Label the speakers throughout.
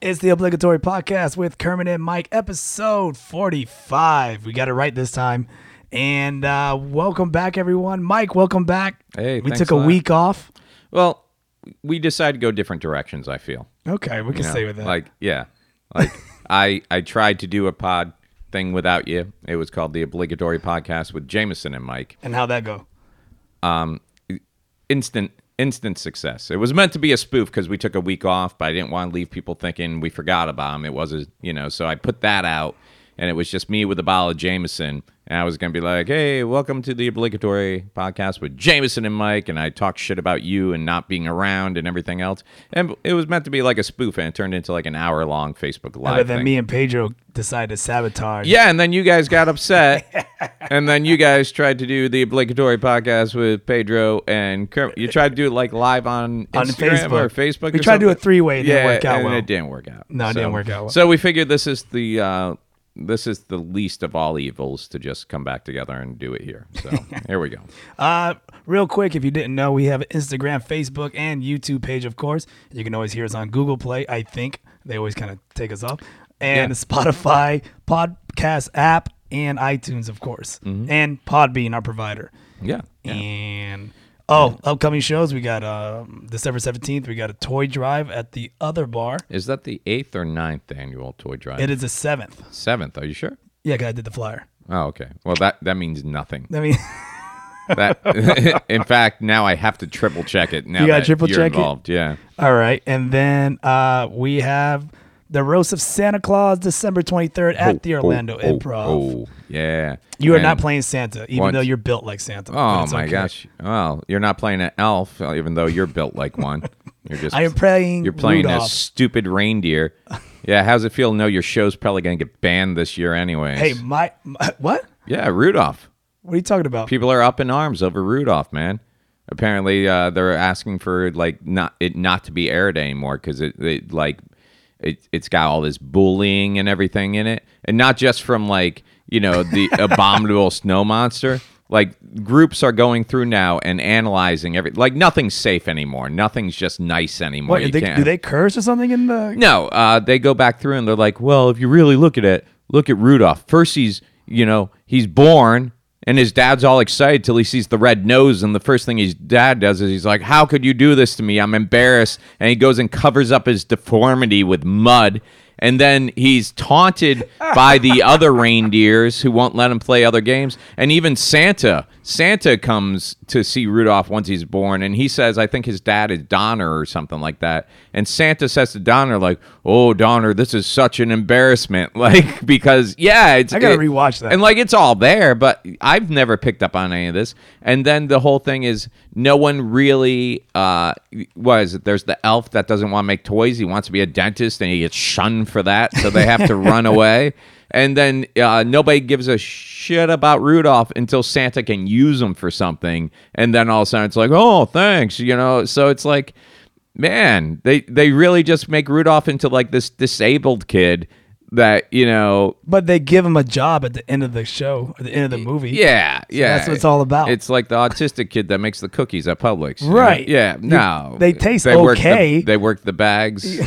Speaker 1: It's the obligatory podcast with Kermit and Mike, episode 45. We got it right this time. And uh, welcome back, everyone. Mike, welcome back.
Speaker 2: Hey,
Speaker 1: we
Speaker 2: thanks
Speaker 1: took
Speaker 2: a
Speaker 1: a
Speaker 2: lot.
Speaker 1: week off.
Speaker 2: Well, we decided to go different directions. I feel.
Speaker 1: Okay, we can
Speaker 2: you know?
Speaker 1: stay with that.
Speaker 2: Like, yeah, like I I tried to do a pod thing without you. It was called the obligatory podcast with Jameson and Mike.
Speaker 1: and how'd that go?
Speaker 2: Instant instant success. It was meant to be a spoof because we took a week off, but I didn't want to leave people thinking we forgot about them. It was a you know, so I put that out, and it was just me with a bottle of Jameson. And I was gonna be like, "Hey, welcome to the obligatory podcast with Jameson and Mike," and I talked shit about you and not being around and everything else. And it was meant to be like a spoof, and it turned into like an hour long Facebook live.
Speaker 1: But then
Speaker 2: thing.
Speaker 1: me and Pedro decided to sabotage.
Speaker 2: Yeah, and then you guys got upset, and then you guys tried to do the obligatory podcast with Pedro and Kermit. You tried to do it like live on
Speaker 1: On
Speaker 2: Instagram or
Speaker 1: Facebook.
Speaker 2: Facebook.
Speaker 1: We
Speaker 2: or
Speaker 1: tried to do
Speaker 2: something.
Speaker 1: a three-way, it
Speaker 2: yeah,
Speaker 1: didn't work out
Speaker 2: and
Speaker 1: well.
Speaker 2: it didn't work out.
Speaker 1: No, it
Speaker 2: So-
Speaker 1: didn't work out well.
Speaker 2: So we figured this is the uh, this is the least of all evils to just come back together and do it here. So here we go.
Speaker 1: Uh, real quick, if you didn't know, we have an Instagram, Facebook, and YouTube page, of course. You can always hear us on Google Play, I think. They always kind of take us off. And
Speaker 2: Yeah.
Speaker 1: Spotify, podcast app, and iTunes, of course. And Podbean, our provider.
Speaker 2: Yeah. Mm-hmm. yeah.
Speaker 1: And oh, upcoming shows we got um, December 17th, we got a toy drive at the other bar.
Speaker 2: Is that the eighth or ninth annual toy drive?
Speaker 1: It is the 7th.
Speaker 2: Seventh. Are you sure?
Speaker 1: Yeah, 'cause I did the flyer.
Speaker 2: Oh, okay. Well, that that means nothing.
Speaker 1: I mean,
Speaker 2: That, in fact, now I have to triple check it. Now
Speaker 1: You gotta
Speaker 2: that
Speaker 1: triple
Speaker 2: you're
Speaker 1: check it?
Speaker 2: involved. Yeah.
Speaker 1: All right, and then uh, we have the roast of Santa Claus, December twenty third at the
Speaker 2: Oh,
Speaker 1: Orlando
Speaker 2: oh,
Speaker 1: Improv.
Speaker 2: Oh, yeah.
Speaker 1: You are
Speaker 2: And-
Speaker 1: not playing Santa, even
Speaker 2: Once-
Speaker 1: though you're built like Santa. but
Speaker 2: Oh
Speaker 1: it's
Speaker 2: my
Speaker 1: okay.
Speaker 2: gosh. Well, you're not playing an elf, uh, even though you're built like one. You're just.
Speaker 1: I am playing.
Speaker 2: You're playing a
Speaker 1: Rudolph.
Speaker 2: stupid reindeer. Yeah. How's it feel? to know your show's probably gonna get banned this year, anyways.
Speaker 1: Hey, my, my what?
Speaker 2: Yeah, Rudolph.
Speaker 1: What are you talking about?
Speaker 2: People are up in arms over Rudolph, man. Apparently, uh, they're asking for like not it not to be aired anymore because it, it like it it's got all this bullying and everything in it, and not just from like you know the abominable snow monster. Like groups are going through now and analyzing every like nothing's safe anymore. Nothing's just nice anymore.
Speaker 1: Wait,
Speaker 2: You
Speaker 1: they,
Speaker 2: can't-
Speaker 1: do they curse or something in the?
Speaker 2: no, uh, they go back through and they're like, well, if you really look at it, look at Rudolph. First, he's, you know, he's born and his dad's all excited till he sees the red nose. And the first thing his dad does is he's like, how could you do this to me? I'm embarrassed. And he goes and covers up his deformity with mud. And then he's taunted by the other reindeers who won't let him play other games. And even Santa. Santa comes to see Rudolph once he's born. And he says, I think his dad is Donner or something like that. And Santa says to Donner, like, oh, Donner, this is such an embarrassment. Like, because, yeah, it's.
Speaker 1: I gotta
Speaker 2: it-
Speaker 1: rewatch that.
Speaker 2: And, like, it's all there, but I've never picked up on any of this. And then the whole thing is no one really. Uh, what is it? There's the elf that doesn't want to make toys. He wants to be a dentist and he gets shunned for that. So they have to run away. And then uh, nobody gives a shit about Rudolph until Santa can use him for something. And then all of a sudden it's like, oh, thanks. You know, so it's like. Man, they, they really just make Rudolph into like this disabled kid that, you know,
Speaker 1: But they give him a job at the end of the show, or the end of the movie.
Speaker 2: yeah, yeah.
Speaker 1: that's what it's all about.
Speaker 2: It's like the autistic kid that makes the cookies at Publix. you know?
Speaker 1: Right.
Speaker 2: Yeah. No.
Speaker 1: they taste
Speaker 2: work the-
Speaker 1: okay.
Speaker 2: they work the bags.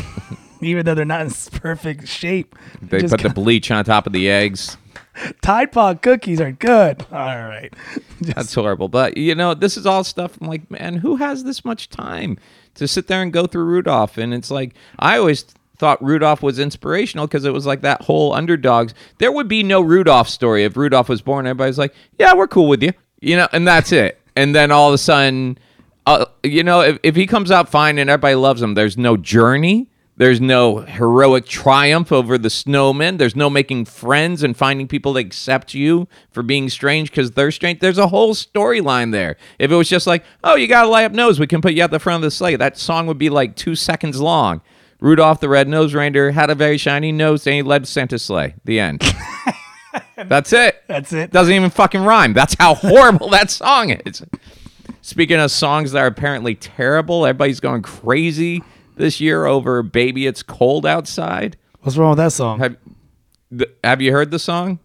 Speaker 1: even though they're not in perfect shape.
Speaker 2: they
Speaker 1: Just
Speaker 2: put the bleach on top of the eggs.
Speaker 1: Tide Pod cookies are good. All right,
Speaker 2: That's horrible. But you know, this is all stuff. I'm like, man, who has this much time to sit there and go through Rudolph? And it's like, I always thought Rudolph was inspirational because it was like that whole underdogs. There would be no Rudolph story if Rudolph was born. Everybody's like, yeah, we're cool with you, you know, and that's it. And then all of a sudden, uh, you know, if, if he comes out fine and everybody loves him, there's no journey. There's no heroic triumph over the snowmen. There's no making friends and finding people that accept you for being strange because they're strange. There's a whole storyline there. If it was just like, oh, you got a light up nose, we can put you at the front of the sleigh, that song would be like two seconds long. Rudolph the Red-Nosed Reindeer had a very shiny nose and he led Santa's sleigh. The end. That's it.
Speaker 1: that's it.
Speaker 2: Doesn't even fucking rhyme. That's how horrible that song is. Speaking of songs that are apparently terrible, everybody's going crazy this year over "Baby It's Cold Outside."
Speaker 1: What's wrong with that song?
Speaker 2: Have th- Have you heard the song?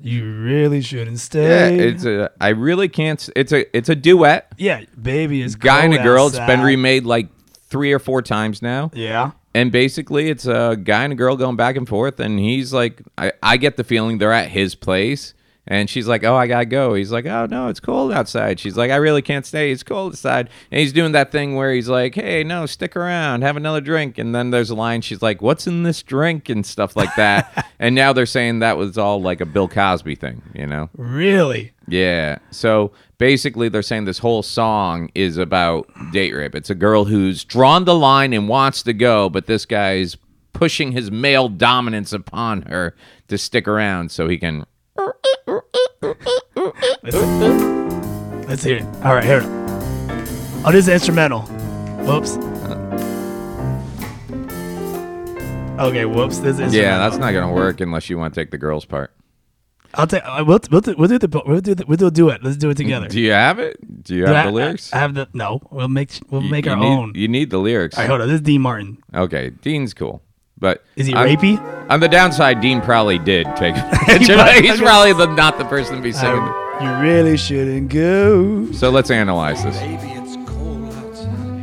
Speaker 1: You really shouldn't
Speaker 2: Yeah,
Speaker 1: stay.
Speaker 2: it's a. I really can't. s- It's a. It's a duet.
Speaker 1: Yeah, baby is
Speaker 2: Guy and a
Speaker 1: cold
Speaker 2: girl. It's been
Speaker 1: outside.
Speaker 2: remade like three or four times now.
Speaker 1: Yeah,
Speaker 2: and basically it's a guy and a girl going back and forth and he's like I, I get the feeling they're at his place and she's like oh i gotta go he's like oh no it's cold outside she's like i really can't stay it's cold outside and he's doing that thing where he's like hey no stick around have another drink and then there's a line she's like what's in this drink and stuff like that and now they're saying that was all like a bill cosby thing you know
Speaker 1: Really?
Speaker 2: yeah. So basically, they're saying this whole song is about date rape. It's a girl who's drawn the line and wants to go, but this guy's pushing his male dominance upon her to stick around so he can.
Speaker 1: Let's, let's hear it. All right, here. Oh, this is instrumental. Whoops. Okay, whoops. This is instrumental.
Speaker 2: Yeah, that's not gonna work unless you want to take the girl's part.
Speaker 1: I'll take. I- We'll, we'll, do, we'll do the. We'll do the. We'll do a duet. Let's do it together.
Speaker 2: Do you have it? Do you
Speaker 1: Do
Speaker 2: have
Speaker 1: I-
Speaker 2: the lyrics?
Speaker 1: I, I have the. No, we'll make. We'll
Speaker 2: You-
Speaker 1: make
Speaker 2: you
Speaker 1: our
Speaker 2: need-
Speaker 1: own.
Speaker 2: You need the lyrics.
Speaker 1: All right, hold on. This is Dean Martin.
Speaker 2: Okay, Dean's cool, but
Speaker 1: Is he
Speaker 2: I'm-
Speaker 1: rapey?
Speaker 2: On the downside, Dean probably did take. he's probably the, not the person to be singing.
Speaker 1: Um, you really shouldn't go.
Speaker 2: So let's analyze this.
Speaker 3: Baby, it's cold outside.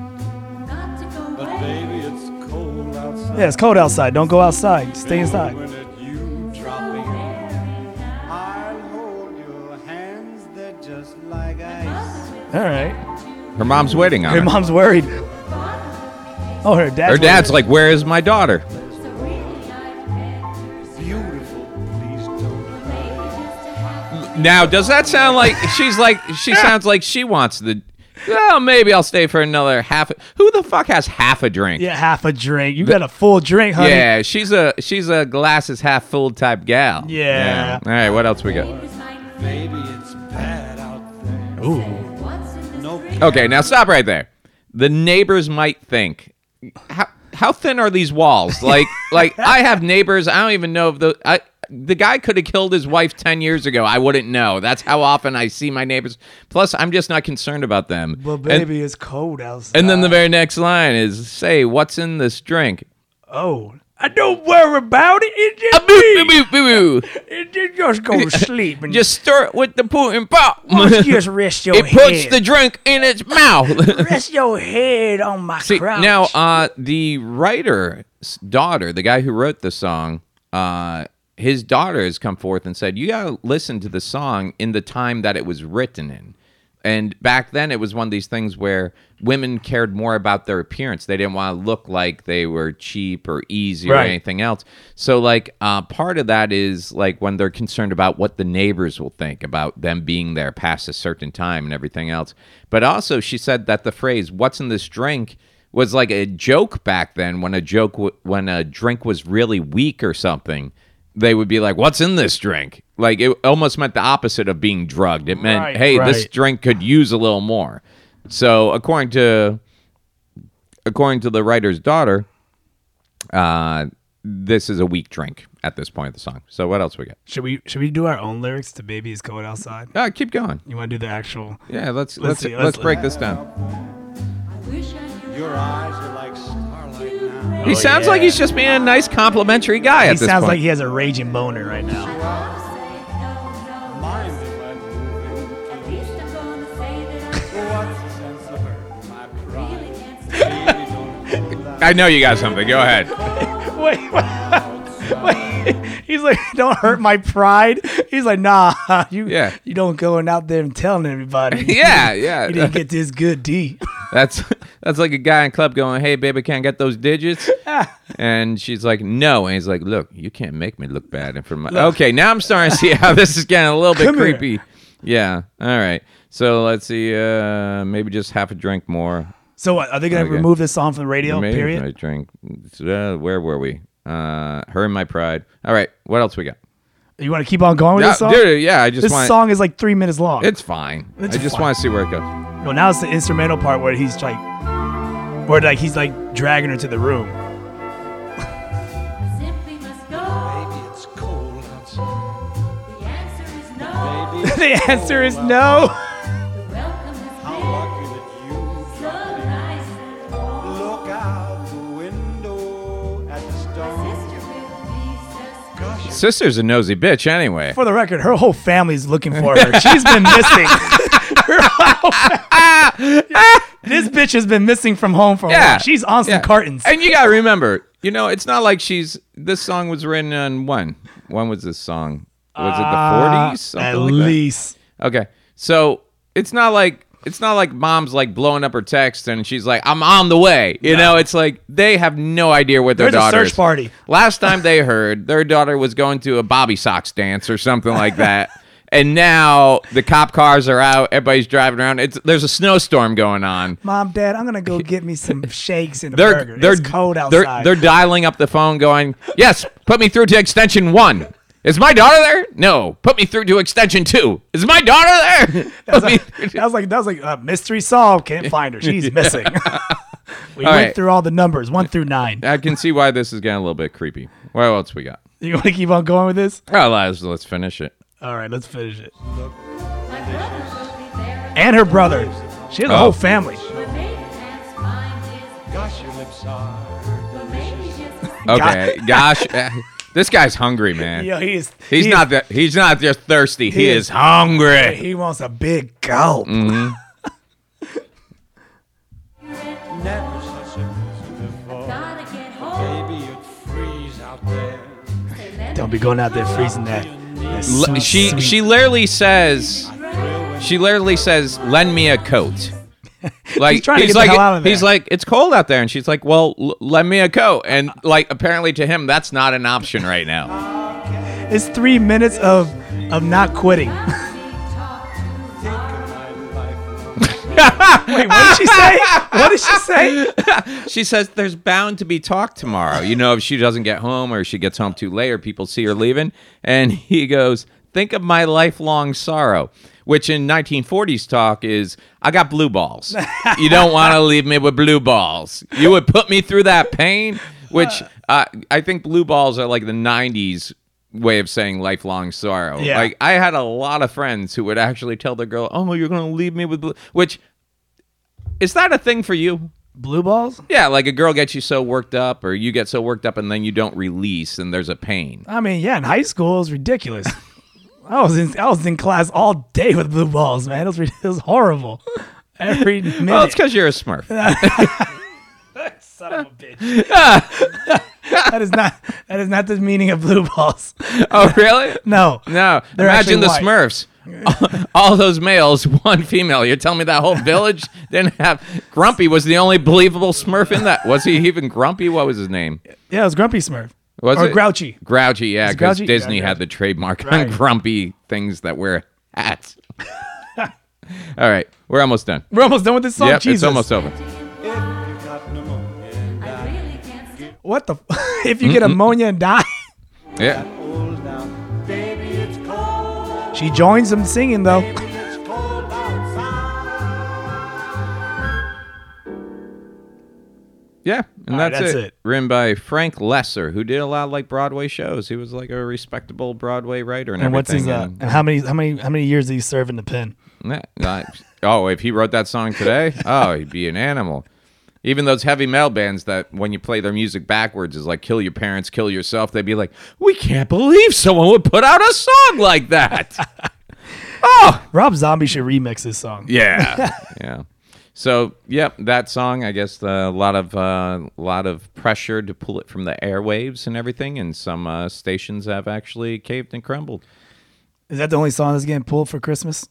Speaker 4: Got to go
Speaker 3: But
Speaker 4: away.
Speaker 3: baby, it's cold outside.
Speaker 1: Yeah, it's cold outside. Don't go outside. Stay inside.
Speaker 3: When it you drop in, I'll hold your hands, they're just like ice.
Speaker 1: All right.
Speaker 2: Her mom's waiting on
Speaker 1: Her
Speaker 2: her.
Speaker 1: mom's worried. Oh, her dad's.
Speaker 2: her dad's
Speaker 1: worried.
Speaker 2: like, "Where is my daughter?"
Speaker 4: So really, I've had to
Speaker 3: Beautiful, please don't.
Speaker 4: Maybe just to have
Speaker 2: Now, does that sound like she's like she sounds like she wants the? Well, maybe I'll stay for another half. Who the fuck has half a drink?
Speaker 1: Yeah, half a drink. You got a full drink, honey.
Speaker 2: Yeah, she's a she's a glasses half full type gal.
Speaker 1: Yeah.
Speaker 2: All right, what else we got?
Speaker 4: babies like me.
Speaker 3: Baby, it's bad out there.
Speaker 1: Ooh.
Speaker 4: What's in this
Speaker 3: Nope.
Speaker 4: drink?
Speaker 2: Okay, now stop right there. The neighbors might think, how how thin are these walls? Like like I have neighbors. I don't even know if the I, the guy could have killed his wife ten years ago. I wouldn't know. That's how often I see my neighbors. Plus, I'm just not concerned about them.
Speaker 1: But
Speaker 2: And-
Speaker 1: baby, uh, it's cold outside.
Speaker 2: and then the very next line is, "Say what's in this drink."
Speaker 1: oh, I don't worry about it. It just
Speaker 2: Boo, boo, boo, boo.
Speaker 1: it just, just go to sleep and
Speaker 2: Just stir it with the Putin pop.
Speaker 1: Must just rest your
Speaker 2: it puts
Speaker 1: head.
Speaker 2: the drink in its mouth.
Speaker 1: rest your head on my
Speaker 2: See,
Speaker 1: crotch.
Speaker 2: now uh, the writer's daughter, the guy who wrote the song, uh, his daughter has come forth and said, "You gotta listen to the song in the time that it was written in." And back then, it was one of these things where women cared more about their appearance. They didn't want to look like they were cheap or easy or
Speaker 1: Right.
Speaker 2: anything else. So, like, uh, part of that is like when they're concerned about what the neighbors will think about them being there past a certain time and everything else. But also, she said that the phrase "What's in this drink?" was like a joke back then when a joke w- when a drink was really weak or something they would be like what's in this drink like it almost meant the opposite of being drugged it meant
Speaker 1: Right,
Speaker 2: hey this
Speaker 1: right.
Speaker 2: drink could use a little more so according to according to the writer's daughter uh this is a weak drink at this point of the song so what else we got
Speaker 1: should we should we do our own lyrics to "Baby It's Cold Outside"?
Speaker 2: uh, keep going
Speaker 1: You want to do the actual?
Speaker 2: yeah
Speaker 1: Let's
Speaker 2: let's let's
Speaker 1: see,
Speaker 2: let's,
Speaker 1: let's-
Speaker 2: break this down
Speaker 4: I wish I knew.
Speaker 3: Your eyes are like starlight now.
Speaker 2: he
Speaker 1: Oh,
Speaker 2: sounds like
Speaker 1: yeah.
Speaker 2: he's just being a nice complimentary guy
Speaker 1: He
Speaker 2: at this
Speaker 1: sounds
Speaker 2: point
Speaker 1: like he has a raging boner right now.
Speaker 3: Mind if I move in?
Speaker 4: At least I'm gonna say that
Speaker 3: What's the sense of hurt? My
Speaker 4: I
Speaker 3: pride.
Speaker 4: really can't stay.
Speaker 3: Baby, don't hold out.
Speaker 2: i know you got something go ahead
Speaker 1: Wait, wait, wait. He's like, don't hurt my pride. He's like, nah, you
Speaker 2: Yeah.
Speaker 1: you don't going out there and telling everybody.
Speaker 2: yeah yeah
Speaker 1: You didn't get this good D.
Speaker 2: That's that's like a guy in club going, "Hey, baby, can I get those digits?" and she's like, "No." And he's like, "Look, you can't make me look bad in front of my." Okay, now I'm starting to see how this is getting a little bit
Speaker 1: Come here.
Speaker 2: creepy. Yeah. All right. So let's see. Uh, maybe just half a drink more.
Speaker 1: So what, are they gonna
Speaker 2: Okay.
Speaker 1: remove this song from the radio?
Speaker 2: maybe
Speaker 1: period.
Speaker 2: I drink. Uh, where were we? Uh, her and my pride. All right. What else we got?
Speaker 1: You want to keep on going with
Speaker 2: Yeah,
Speaker 1: Oh, this song?
Speaker 2: dude, yeah. I just
Speaker 1: this
Speaker 2: want.
Speaker 1: song is like three minutes long.
Speaker 2: it's fine.
Speaker 1: It's
Speaker 2: I just
Speaker 1: fine.
Speaker 2: want to see where it goes.
Speaker 1: well, now it's the instrumental part where he's like, where like he's like dragging her to the room.
Speaker 4: I simply must go.
Speaker 3: Baby, it's cold outside.
Speaker 4: The answer is no.
Speaker 3: Baby, it's
Speaker 1: the answer
Speaker 3: cold
Speaker 1: is no.
Speaker 4: The welcome has
Speaker 3: How
Speaker 4: been
Speaker 3: lucky that you
Speaker 4: so nice and warm.
Speaker 3: look out the window at the storm.
Speaker 4: Sister will be so
Speaker 3: Gosh, it's
Speaker 2: Sister's a nosy bitch, anyway.
Speaker 1: For the record, her whole family's looking for her. She's been missing. her whole family. this bitch has been missing from home for a
Speaker 2: Yeah.
Speaker 1: while. She's on some
Speaker 2: Yeah.
Speaker 1: cartons.
Speaker 2: And you got to remember, you know, it's not like she's. This song was written on when? When was this song? Was
Speaker 1: Uh,
Speaker 2: it the 40s?
Speaker 1: At
Speaker 2: Something like that.
Speaker 1: least.
Speaker 2: Okay. So it's not like. It's not like mom's like blowing up her text and she's like, I'm on the way. You know, it's like they have no idea what their
Speaker 1: There's a
Speaker 2: daughter
Speaker 1: search
Speaker 2: is.
Speaker 1: party.
Speaker 2: Last time they heard, their daughter was going to a Bobby Sox dance or something like that. And now the cop cars are out. Everybody's driving around. It's there's a snowstorm going on.
Speaker 1: Mom, Dad, I'm gonna go get me some shakes and a
Speaker 2: They're
Speaker 1: burger.
Speaker 2: they're
Speaker 1: it's cold
Speaker 2: they're-
Speaker 1: outside.
Speaker 2: They're, dialing up the phone, going, "Yes, put me through to extension one." Is my daughter there? No. Put me through to extension two. Is my daughter there?
Speaker 1: that, was
Speaker 2: Put me through
Speaker 1: like,
Speaker 2: to-
Speaker 1: that was like that was like uh, mystery solved. Can't find her. She's missing. we
Speaker 2: All
Speaker 1: went
Speaker 2: right.
Speaker 1: through all the numbers, one through nine.
Speaker 2: I can see why this is getting a little bit creepy. What else we got?
Speaker 1: You want to keep on going with this?
Speaker 2: Oh, let's, let's finish it.
Speaker 1: All right, let's finish it.
Speaker 4: My brother will be there.
Speaker 1: And her brother. She has a
Speaker 2: Oh.
Speaker 1: whole family.
Speaker 4: But maybe that's mine is.
Speaker 3: Gosh, your lips are.
Speaker 4: But maybe just.
Speaker 2: Okay, gosh, eh, this guy's hungry, man.
Speaker 1: Yo, he's
Speaker 2: He's
Speaker 1: he-
Speaker 2: not that. He's not just thirsty. He,
Speaker 1: He
Speaker 2: is
Speaker 1: is-
Speaker 2: hungry.
Speaker 1: He wants a big gulp.
Speaker 3: Never such a place before.
Speaker 4: Gotta get home.
Speaker 3: Maybe you'd freeze out there.
Speaker 4: Say, let
Speaker 1: Don't be going out there freezing that. that
Speaker 2: L-
Speaker 1: sweet,
Speaker 2: she
Speaker 1: sweet-
Speaker 2: she literally says she literally says lend me a coat like
Speaker 1: He's trying to get the
Speaker 2: like
Speaker 1: hell out of
Speaker 2: he's
Speaker 1: there.
Speaker 2: like it's cold out there and she's like well l- lend me a coat and like apparently to him that's not an option right now
Speaker 1: It's three minutes of of not quitting. Wait, what did she say? What did she say?
Speaker 2: she says there's bound to be talk tomorrow you know if she doesn't get home or she gets home too late or people see her leaving and he goes think of my lifelong sorrow which in 1940s talk is i got blue balls you don't want to leave me with blue balls you would put me through that pain which uh, i think blue balls are like the 90s way of saying lifelong sorrow
Speaker 1: Yeah.
Speaker 2: like i had a lot of friends who would actually tell their girl oh you're going to leave me with blue which is that a thing for you
Speaker 1: Blue balls?
Speaker 2: yeah, like a girl gets you so worked up, or you get so worked up, and then you don't release, and there's a pain.
Speaker 1: I mean, yeah, in high school it was ridiculous. I was in I was in class all day with blue balls, man. It was, rid- it was horrible. Every minute.
Speaker 2: Well, it's because you're a Smurf.
Speaker 1: Son of a bitch. that is not that is not the meaning of blue balls.
Speaker 2: oh, really?
Speaker 1: No.
Speaker 2: No.
Speaker 1: They're
Speaker 2: Imagine the
Speaker 1: actually
Speaker 2: Smurfs. All those males, one female. You're telling me that whole village didn't have Grumpy was the only believable Smurf in that. Was he even Grumpy? What was his name?
Speaker 1: Yeah, it was Grumpy Smurf.
Speaker 2: Was
Speaker 1: or
Speaker 2: it?
Speaker 1: Grouchy.
Speaker 2: Grouchy, yeah,
Speaker 1: Is it
Speaker 2: because
Speaker 1: Grouchy?
Speaker 2: Disney
Speaker 1: Yeah, Grouchy.
Speaker 2: had the trademark
Speaker 1: Right.
Speaker 2: on grumpy things that wear hats. All right, we're almost done.
Speaker 1: We're almost done with this song.
Speaker 2: yep,
Speaker 1: Oh, Jesus.
Speaker 2: it's almost over.
Speaker 3: You got pneumonia.
Speaker 4: I really can't stop.
Speaker 1: What the? F- if you get ammonia and die,
Speaker 2: Yeah.
Speaker 3: Old now. Baby, it's cold.
Speaker 1: she joins them singing though.
Speaker 3: It's cold outside.
Speaker 2: Yeah, and
Speaker 1: All right,
Speaker 2: that's,
Speaker 1: that's
Speaker 2: it.
Speaker 1: it.
Speaker 2: Written by Frank Lesser, who did a lot of like Broadway shows. He was like a respectable Broadway writer and,
Speaker 1: And what's
Speaker 2: everything.
Speaker 1: his? Uh, and how many? How many? How many years did he serve in the pen?
Speaker 2: and- Nah, nah, oh, if he wrote that song today, oh, he'd be an animal. Even those heavy metal bands that when you play their music backwards is like kill your parents, kill yourself. They'd be like, we can't believe someone would put out a song like that. oh,
Speaker 1: Rob Zombie should remix this song.
Speaker 2: yeah, yeah. So, yep, that song. I guess a lot of uh, lot of pressure to pull it from the airwaves and everything, and some uh, stations have actually caved and crumbled.
Speaker 1: Is that the only song that's getting pulled for Christmas?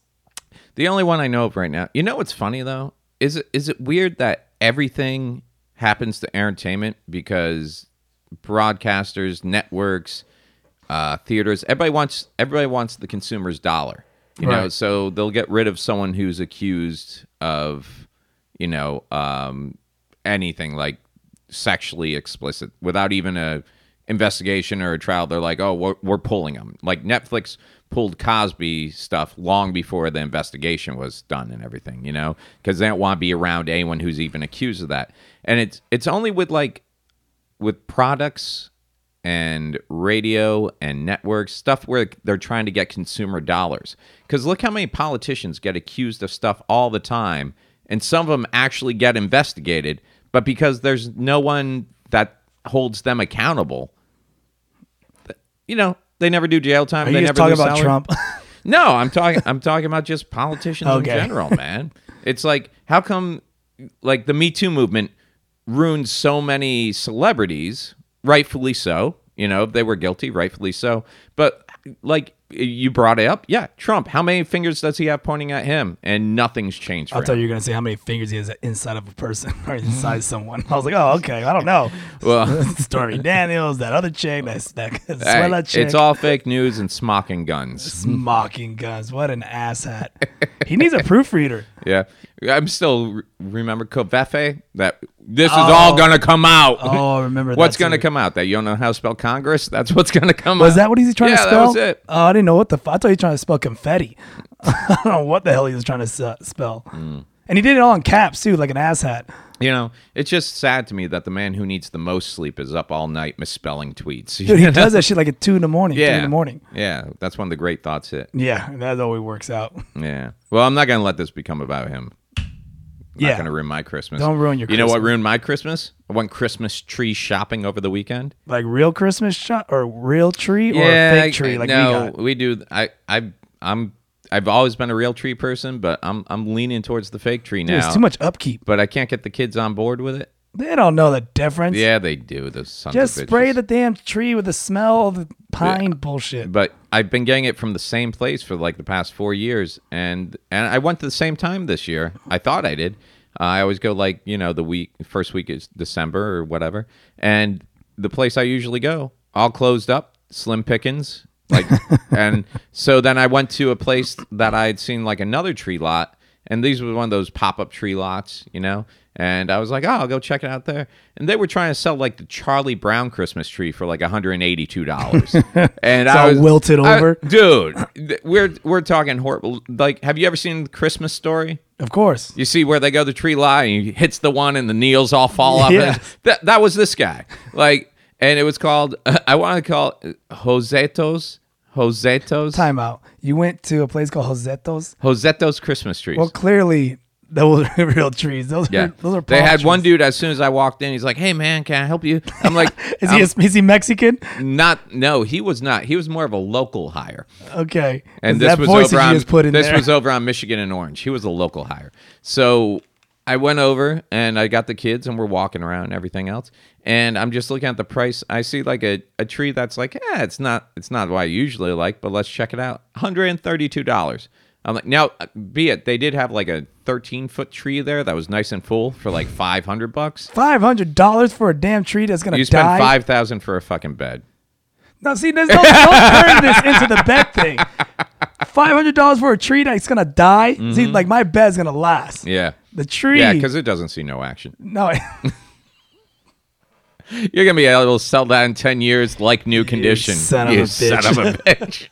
Speaker 2: The only one I know of right now. You know what's funny though is it is it weird that everything happens to entertainment because broadcasters, networks, uh, theaters, everybody wants everybody wants the consumer's dollar. You know,
Speaker 1: Right.
Speaker 2: so they'll get rid of someone who's accused of, you know, um, anything like sexually explicit without even a investigation or a trial. They're like, oh, we're, we're pulling them. Like Netflix pulled Cosby stuff long before the investigation was done and everything, you know, because they don't want to be around anyone who's even accused of that. And it's it's only with like with products and radio and networks stuff where they're trying to get consumer dollars because look how many politicians get accused of stuff all the time and some of them actually get investigated but because there's no one that holds them accountable th- you know they never do jail time
Speaker 1: Are
Speaker 2: they
Speaker 1: you
Speaker 2: never
Speaker 1: just talking
Speaker 2: lose
Speaker 1: about
Speaker 2: salary.
Speaker 1: Trump?
Speaker 2: No, I'm talking. I'm talking about just politicians in
Speaker 1: Okay.
Speaker 2: general, man. It's like how come like the Me Too movement ruined so many celebrities, rightfully so. You know, if they were guilty, rightfully so. But like you brought it up, yeah, Trump. How many fingers does he have pointing at him? And nothing's changed. For
Speaker 1: I
Speaker 2: him.
Speaker 1: thought you were gonna say how many fingers he has inside of a person or inside someone. I was like, oh, okay, I don't know.
Speaker 2: Mm-hmm. Well-
Speaker 1: Stormy Daniels, that other chick, that that
Speaker 2: Hey,
Speaker 1: Swella chick,
Speaker 2: it's all fake news and smock and guns.
Speaker 1: mocking guns. What an asshat. he needs a proofreader.
Speaker 2: Yeah, I'm still remember Covefe that this is all
Speaker 1: Oh.
Speaker 2: gonna come out.
Speaker 1: Oh, I remember
Speaker 2: what's
Speaker 1: that too.
Speaker 2: gonna come out? That you don't know how to spell Congress? That's what's gonna come out.
Speaker 1: Was that what he's trying
Speaker 2: yeah,
Speaker 1: to spell?
Speaker 2: that was it.
Speaker 1: Oh, I didn't know what the. F- I thought he was trying to spell confetti. I don't know what the hell he was trying to s- uh, spell.
Speaker 2: Mm.
Speaker 1: And he did it all in caps too, like an asshat.
Speaker 2: You know, it's just sad to me that the man who needs the most sleep is up all night misspelling tweets.
Speaker 1: Dude, he does that shit like at two in the morning, three
Speaker 2: yeah,
Speaker 1: in the morning.
Speaker 2: Yeah, that's when the great thoughts hit.
Speaker 1: Yeah, that always works out.
Speaker 2: Yeah. Well, I'm not gonna let this become about him. I'm
Speaker 1: yeah,
Speaker 2: Not gonna ruin my Christmas.
Speaker 1: Don't ruin your
Speaker 2: You know what
Speaker 1: Christmas.
Speaker 2: ruined my Christmas? I went Christmas tree shopping over the weekend.
Speaker 1: like real Christmas shot or real tree or a fake tree, like
Speaker 2: uh, no,
Speaker 1: we got.
Speaker 2: do. I, I, I'm, I've always been a real tree person, but I'm, I'm leaning towards the fake tree now.
Speaker 1: Dude, it's too much upkeep.
Speaker 2: But I can't get the kids on board with it.
Speaker 1: They don't know the difference.
Speaker 2: Yeah, they do. Those sons of
Speaker 1: just spray
Speaker 2: bitches.
Speaker 1: the damn tree with the smell of the pine bullshit.
Speaker 2: But I've been getting it from the same place for like the past four years, and and I went to the same time this year. I thought I did. Uh, I always go like you know the week first week is December or whatever, and the place I usually go all closed up, slim pickings. Like and so then I went to a place that I had seen like another tree lot, and these were one of those pop up tree lots, you know. And I was like, oh, I'll go check it out there. And they were trying to sell like the Charlie Brown Christmas tree for like $182. and I
Speaker 1: all
Speaker 2: was
Speaker 1: wilted
Speaker 2: I-
Speaker 1: over.
Speaker 2: dude. th- We're we're talking horrible. Like, have you ever seen Christmas Story?
Speaker 1: of course.
Speaker 2: You see where they go the tree line and he hits the one and the needles all fall off.
Speaker 1: Yeah.
Speaker 2: That that was this guy. Like, and it was called. I want to call it Josetos. Josetos.
Speaker 1: Time out. You went to a place called Josetos.
Speaker 2: Josetos Christmas trees.
Speaker 1: Well, clearly those are real trees. Those
Speaker 2: yeah,
Speaker 1: are those are.
Speaker 2: they
Speaker 1: palm
Speaker 2: had
Speaker 1: trees.
Speaker 2: one dude. As soon as I walked in, he's like, "Hey man, can I help you?" I'm like,
Speaker 1: Is he a, is he Mexican?
Speaker 2: I'm not no, he was not. He was more of a local hire.
Speaker 1: Okay.
Speaker 2: and
Speaker 1: 'Cause
Speaker 2: this
Speaker 1: that
Speaker 2: was
Speaker 1: voice
Speaker 2: over
Speaker 1: that you
Speaker 2: on
Speaker 1: just put in
Speaker 2: this
Speaker 1: there.
Speaker 2: was over on Michigan and Orange. He was a local hire, so I went over and I got the kids and we're walking around and everything else. And I'm just looking at the price. I see like a, a tree that's like, yeah, it's not it's not what I usually like, but let's check it out. Hundred and thirty two dollars. I'm like, now, uh, be it they did have like a thirteen foot tree there that was nice and full for like five hundred bucks.
Speaker 1: Five hundred dollars for a damn tree that's gonna
Speaker 2: You spend
Speaker 1: die.
Speaker 2: five thousand for a fucking bed.
Speaker 1: Now, see, there's no, don't turn this into the bed thing. Five hundred dollars for a tree that's gonna die. See, like my bed's gonna last.
Speaker 2: Mm-hmm. Yeah.
Speaker 1: The tree.
Speaker 2: Yeah, because it doesn't see no action.
Speaker 1: no,
Speaker 2: You're gonna be able to sell that in ten years, like new condition.
Speaker 1: son of
Speaker 2: You
Speaker 1: a bitch.
Speaker 2: son of a bitch.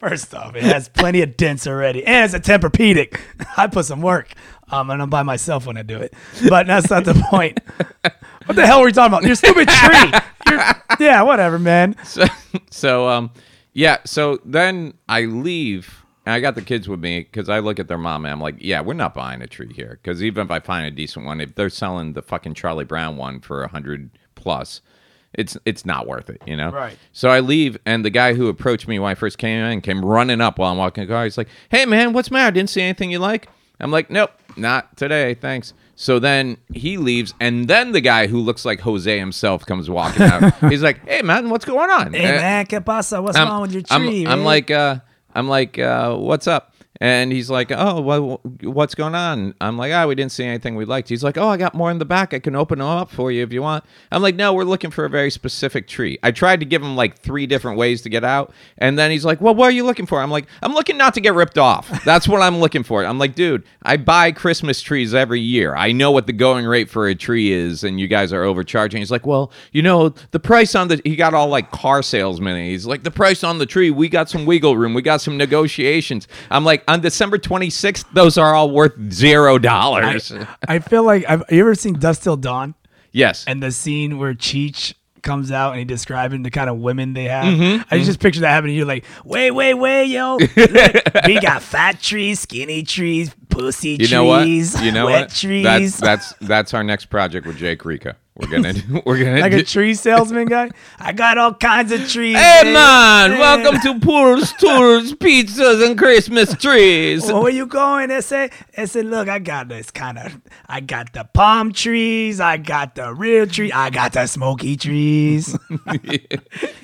Speaker 1: first off, it has plenty of dents already, and it's a Tempur-Pedic. I put some work, um, and I'm by myself when I do it. But that's not the point. What the hell were you talking about? Your stupid tree. Your- yeah, whatever, man.
Speaker 2: so, so, um, yeah. So then I leave, and I got the kids with me because I look at their mom and I'm like, yeah, we're not buying a tree here because even if I find a decent one, if they're selling the fucking Charlie Brown one for a hundred plus. It's it's not worth it, you know.
Speaker 1: Right.
Speaker 2: So I leave, and the guy who approached me when I first came in came running up while I'm walking the car. He's like, "Hey man, what's the matter? Didn't see anything you like?" I'm like, "Nope, not today, thanks." So then he leaves, and then the guy who looks like Jose himself comes walking out. He's like, "Hey man, what's going on?"
Speaker 1: Hey
Speaker 2: Uh,
Speaker 1: man, que pasa? What's
Speaker 2: I'm-
Speaker 1: wrong with your
Speaker 2: Um, I'm-
Speaker 1: tree?
Speaker 2: I'm,
Speaker 1: man?
Speaker 2: like, uh, I'm like, uh, what's up? And he's like, oh, well, what's going on? I'm like, ah, we didn't see anything we liked. He's like, oh, I got more in the back. I can open them up for you if you want. I'm like, no, we're looking for a very specific tree. I tried to give him like three different ways to get out, and then he's like, well, what are you looking for? I'm like, I'm looking not to get ripped off. That's what I'm looking for. I'm like, dude, I buy Christmas trees every year. I know what the going rate for a tree is, and you guys are overcharging. He's like, well, you know, the price on the he got all like car salesman. and He's like, the price on the tree. We got some wiggle room. We got some negotiations. I'm like, on December 26th, those are all worth zero dollars.
Speaker 1: I feel like I've you ever seen Dust Till Dawn?
Speaker 2: Yes.
Speaker 1: and the scene where Cheech comes out and he describing the kind of women they have.
Speaker 2: Mm-hmm,
Speaker 1: I just picture that happening. You're like, wait, wait, wait, yo, Look, we got fat trees, skinny trees, pussy
Speaker 2: you know
Speaker 1: trees,
Speaker 2: what? You know
Speaker 1: wet
Speaker 2: what?
Speaker 1: trees.
Speaker 2: That's that's that's our next project with Jake Rica. We're gonna do, we're gonna
Speaker 1: Like
Speaker 2: do,
Speaker 1: a tree salesman guy. I got all kinds of trees.
Speaker 2: Hey
Speaker 1: man.
Speaker 2: man,
Speaker 1: Hey.
Speaker 2: welcome to Pools, Tours, Pizzas, and Christmas Trees.
Speaker 1: Well, where you going? They say, they say, look, I got this kind of, I got the palm trees, I got the real tree, I got the smoky trees,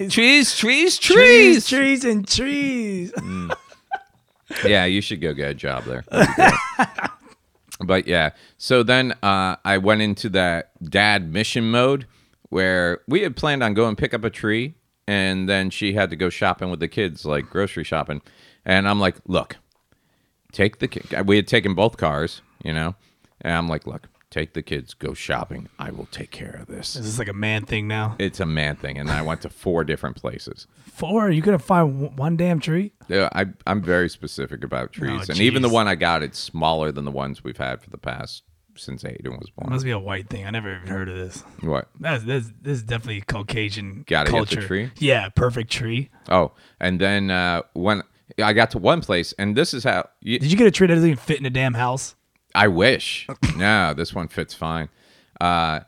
Speaker 2: trees, trees, trees,
Speaker 1: trees, and trees.
Speaker 2: Yeah, you should go get a job there. That'd be great. but yeah, so then uh, I went into that dad mission mode where we had planned on going pick up a tree, and then she had to go shopping with the kids, like grocery shopping. And I'm like, look, take the ki-" we had taken both cars, you know, and I'm like, look, take the kids, go shopping. I will take care of this.
Speaker 1: This is like a man thing now.
Speaker 2: It's a man thing, and I went to four different places.
Speaker 1: Four, you couldn't find w- one damn tree.
Speaker 2: Yeah, I, I'm very specific about trees, and even the
Speaker 1: jeez.
Speaker 2: one I got, it's smaller than the ones we've had for the past since Aiden was born.
Speaker 1: Must be a white thing. I never even heard of this.
Speaker 2: What?
Speaker 1: That's this. This is definitely Caucasian
Speaker 2: Gotta get the
Speaker 1: culture.
Speaker 2: tree?
Speaker 1: Yeah, perfect tree.
Speaker 2: Oh, and then uh, when I got to one place, and this is how you,
Speaker 1: Did you get a tree that doesn't even fit in a damn house?
Speaker 2: I wish. no, this one fits fine. Uh,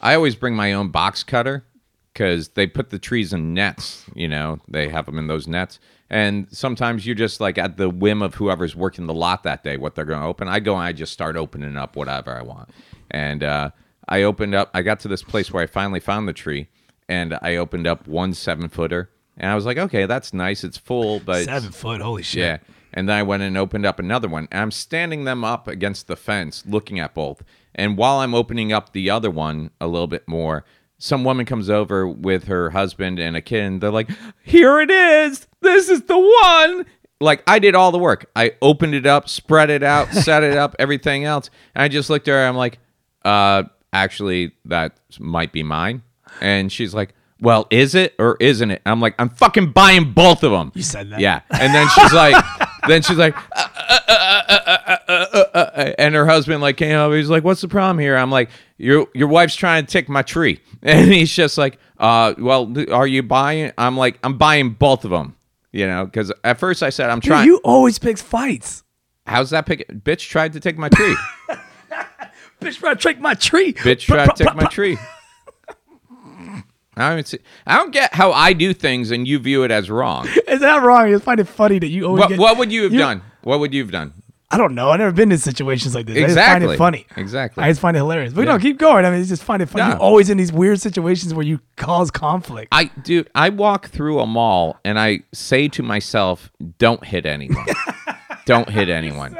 Speaker 2: I always bring my own box cutter because they put the trees in nets. You know, they have them in those nets, and sometimes you're just like at the whim of whoever's working the lot that day, what they're going to open. I go and I just start opening up whatever I want, and uh, I opened up. I got to this place where I finally found the tree, and I opened up one seven footer, and I was like, okay, that's nice. It's full, but it's-
Speaker 1: Seven foot. Holy shit.
Speaker 2: yeah. And then I went and opened up another one. And I'm standing them up against the fence, looking at both. And while I'm opening up the other one a little bit more, some woman comes over with her husband and a kid, and they're like, Here it is. This is the one. Like I did all the work. I opened it up, spread it out, set it up, everything else. And I just looked at her, I'm like, uh, actually, that might be mine. And she's like, Well, is it or isn't it? I'm like, I'm fucking buying both of them.
Speaker 1: You said that.
Speaker 2: Yeah. And then she's like, then she's like, uh, uh, uh, uh, uh, uh, uh, uh, uh, and her husband like came over. He's like, "What's the problem here?" I'm like, "Your your wife's trying to take my tree," and he's just like, "Uh, well, th- are you buying?" I'm like, "I'm buying both of them." You know, because at first I said I'm
Speaker 1: Dude,
Speaker 2: trying.
Speaker 1: you always pick fights.
Speaker 2: How's that pick? Bitch tried to take my tree.
Speaker 1: Bitch, try to take my tree.
Speaker 2: Bitch tried to take my tree. I don't even see. I don't get how I do things and you view it as wrong.
Speaker 1: Is that wrong? I find it funny that you always.
Speaker 2: What,
Speaker 1: get,
Speaker 2: what would you have done? What would you have done?
Speaker 1: I don't know. I've never been in situations like this. I
Speaker 2: Exactly.
Speaker 1: just find it funny.
Speaker 2: Exactly.
Speaker 1: I just find it hilarious. But
Speaker 2: Yeah.
Speaker 1: no, keep going. I mean, it's just find it funny.
Speaker 2: Yeah.
Speaker 1: You're always in these weird situations where you cause conflict.
Speaker 2: I dude, I walk through a mall and I say to myself, "Don't hit anyone. Don't hit anyone.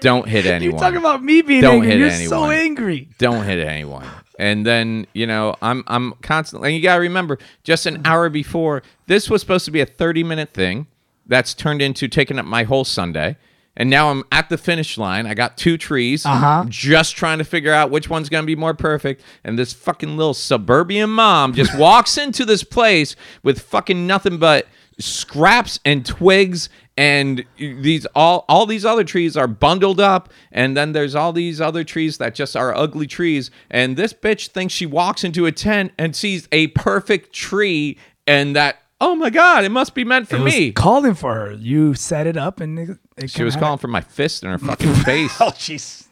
Speaker 2: Don't hit
Speaker 1: You
Speaker 2: anyone.
Speaker 1: talk about me being
Speaker 2: Don't
Speaker 1: angry.
Speaker 2: hit
Speaker 1: You're so
Speaker 2: anyone.
Speaker 1: angry.
Speaker 2: Don't hit anyone." And then you know, I'm I'm constantly. And you gotta remember, just an hour before, this was supposed to be a 30 minute thing. That's turned into taking up my whole Sunday. And now I'm at the finish line. I got two trees.
Speaker 1: Uh-huh.
Speaker 2: Just trying to figure out which one's going to be more perfect. And this fucking little suburban mom just walks into this place with fucking nothing but scraps and twigs and these all all these other trees are bundled up and then there's all these other trees that just are ugly trees and this bitch thinks she walks into a tent and sees a perfect tree and that oh my god it must be meant for
Speaker 1: It was
Speaker 2: me
Speaker 1: calling for her. You set it up and it, it
Speaker 2: she was calling for my fist in her fucking face
Speaker 1: Oh, jeez.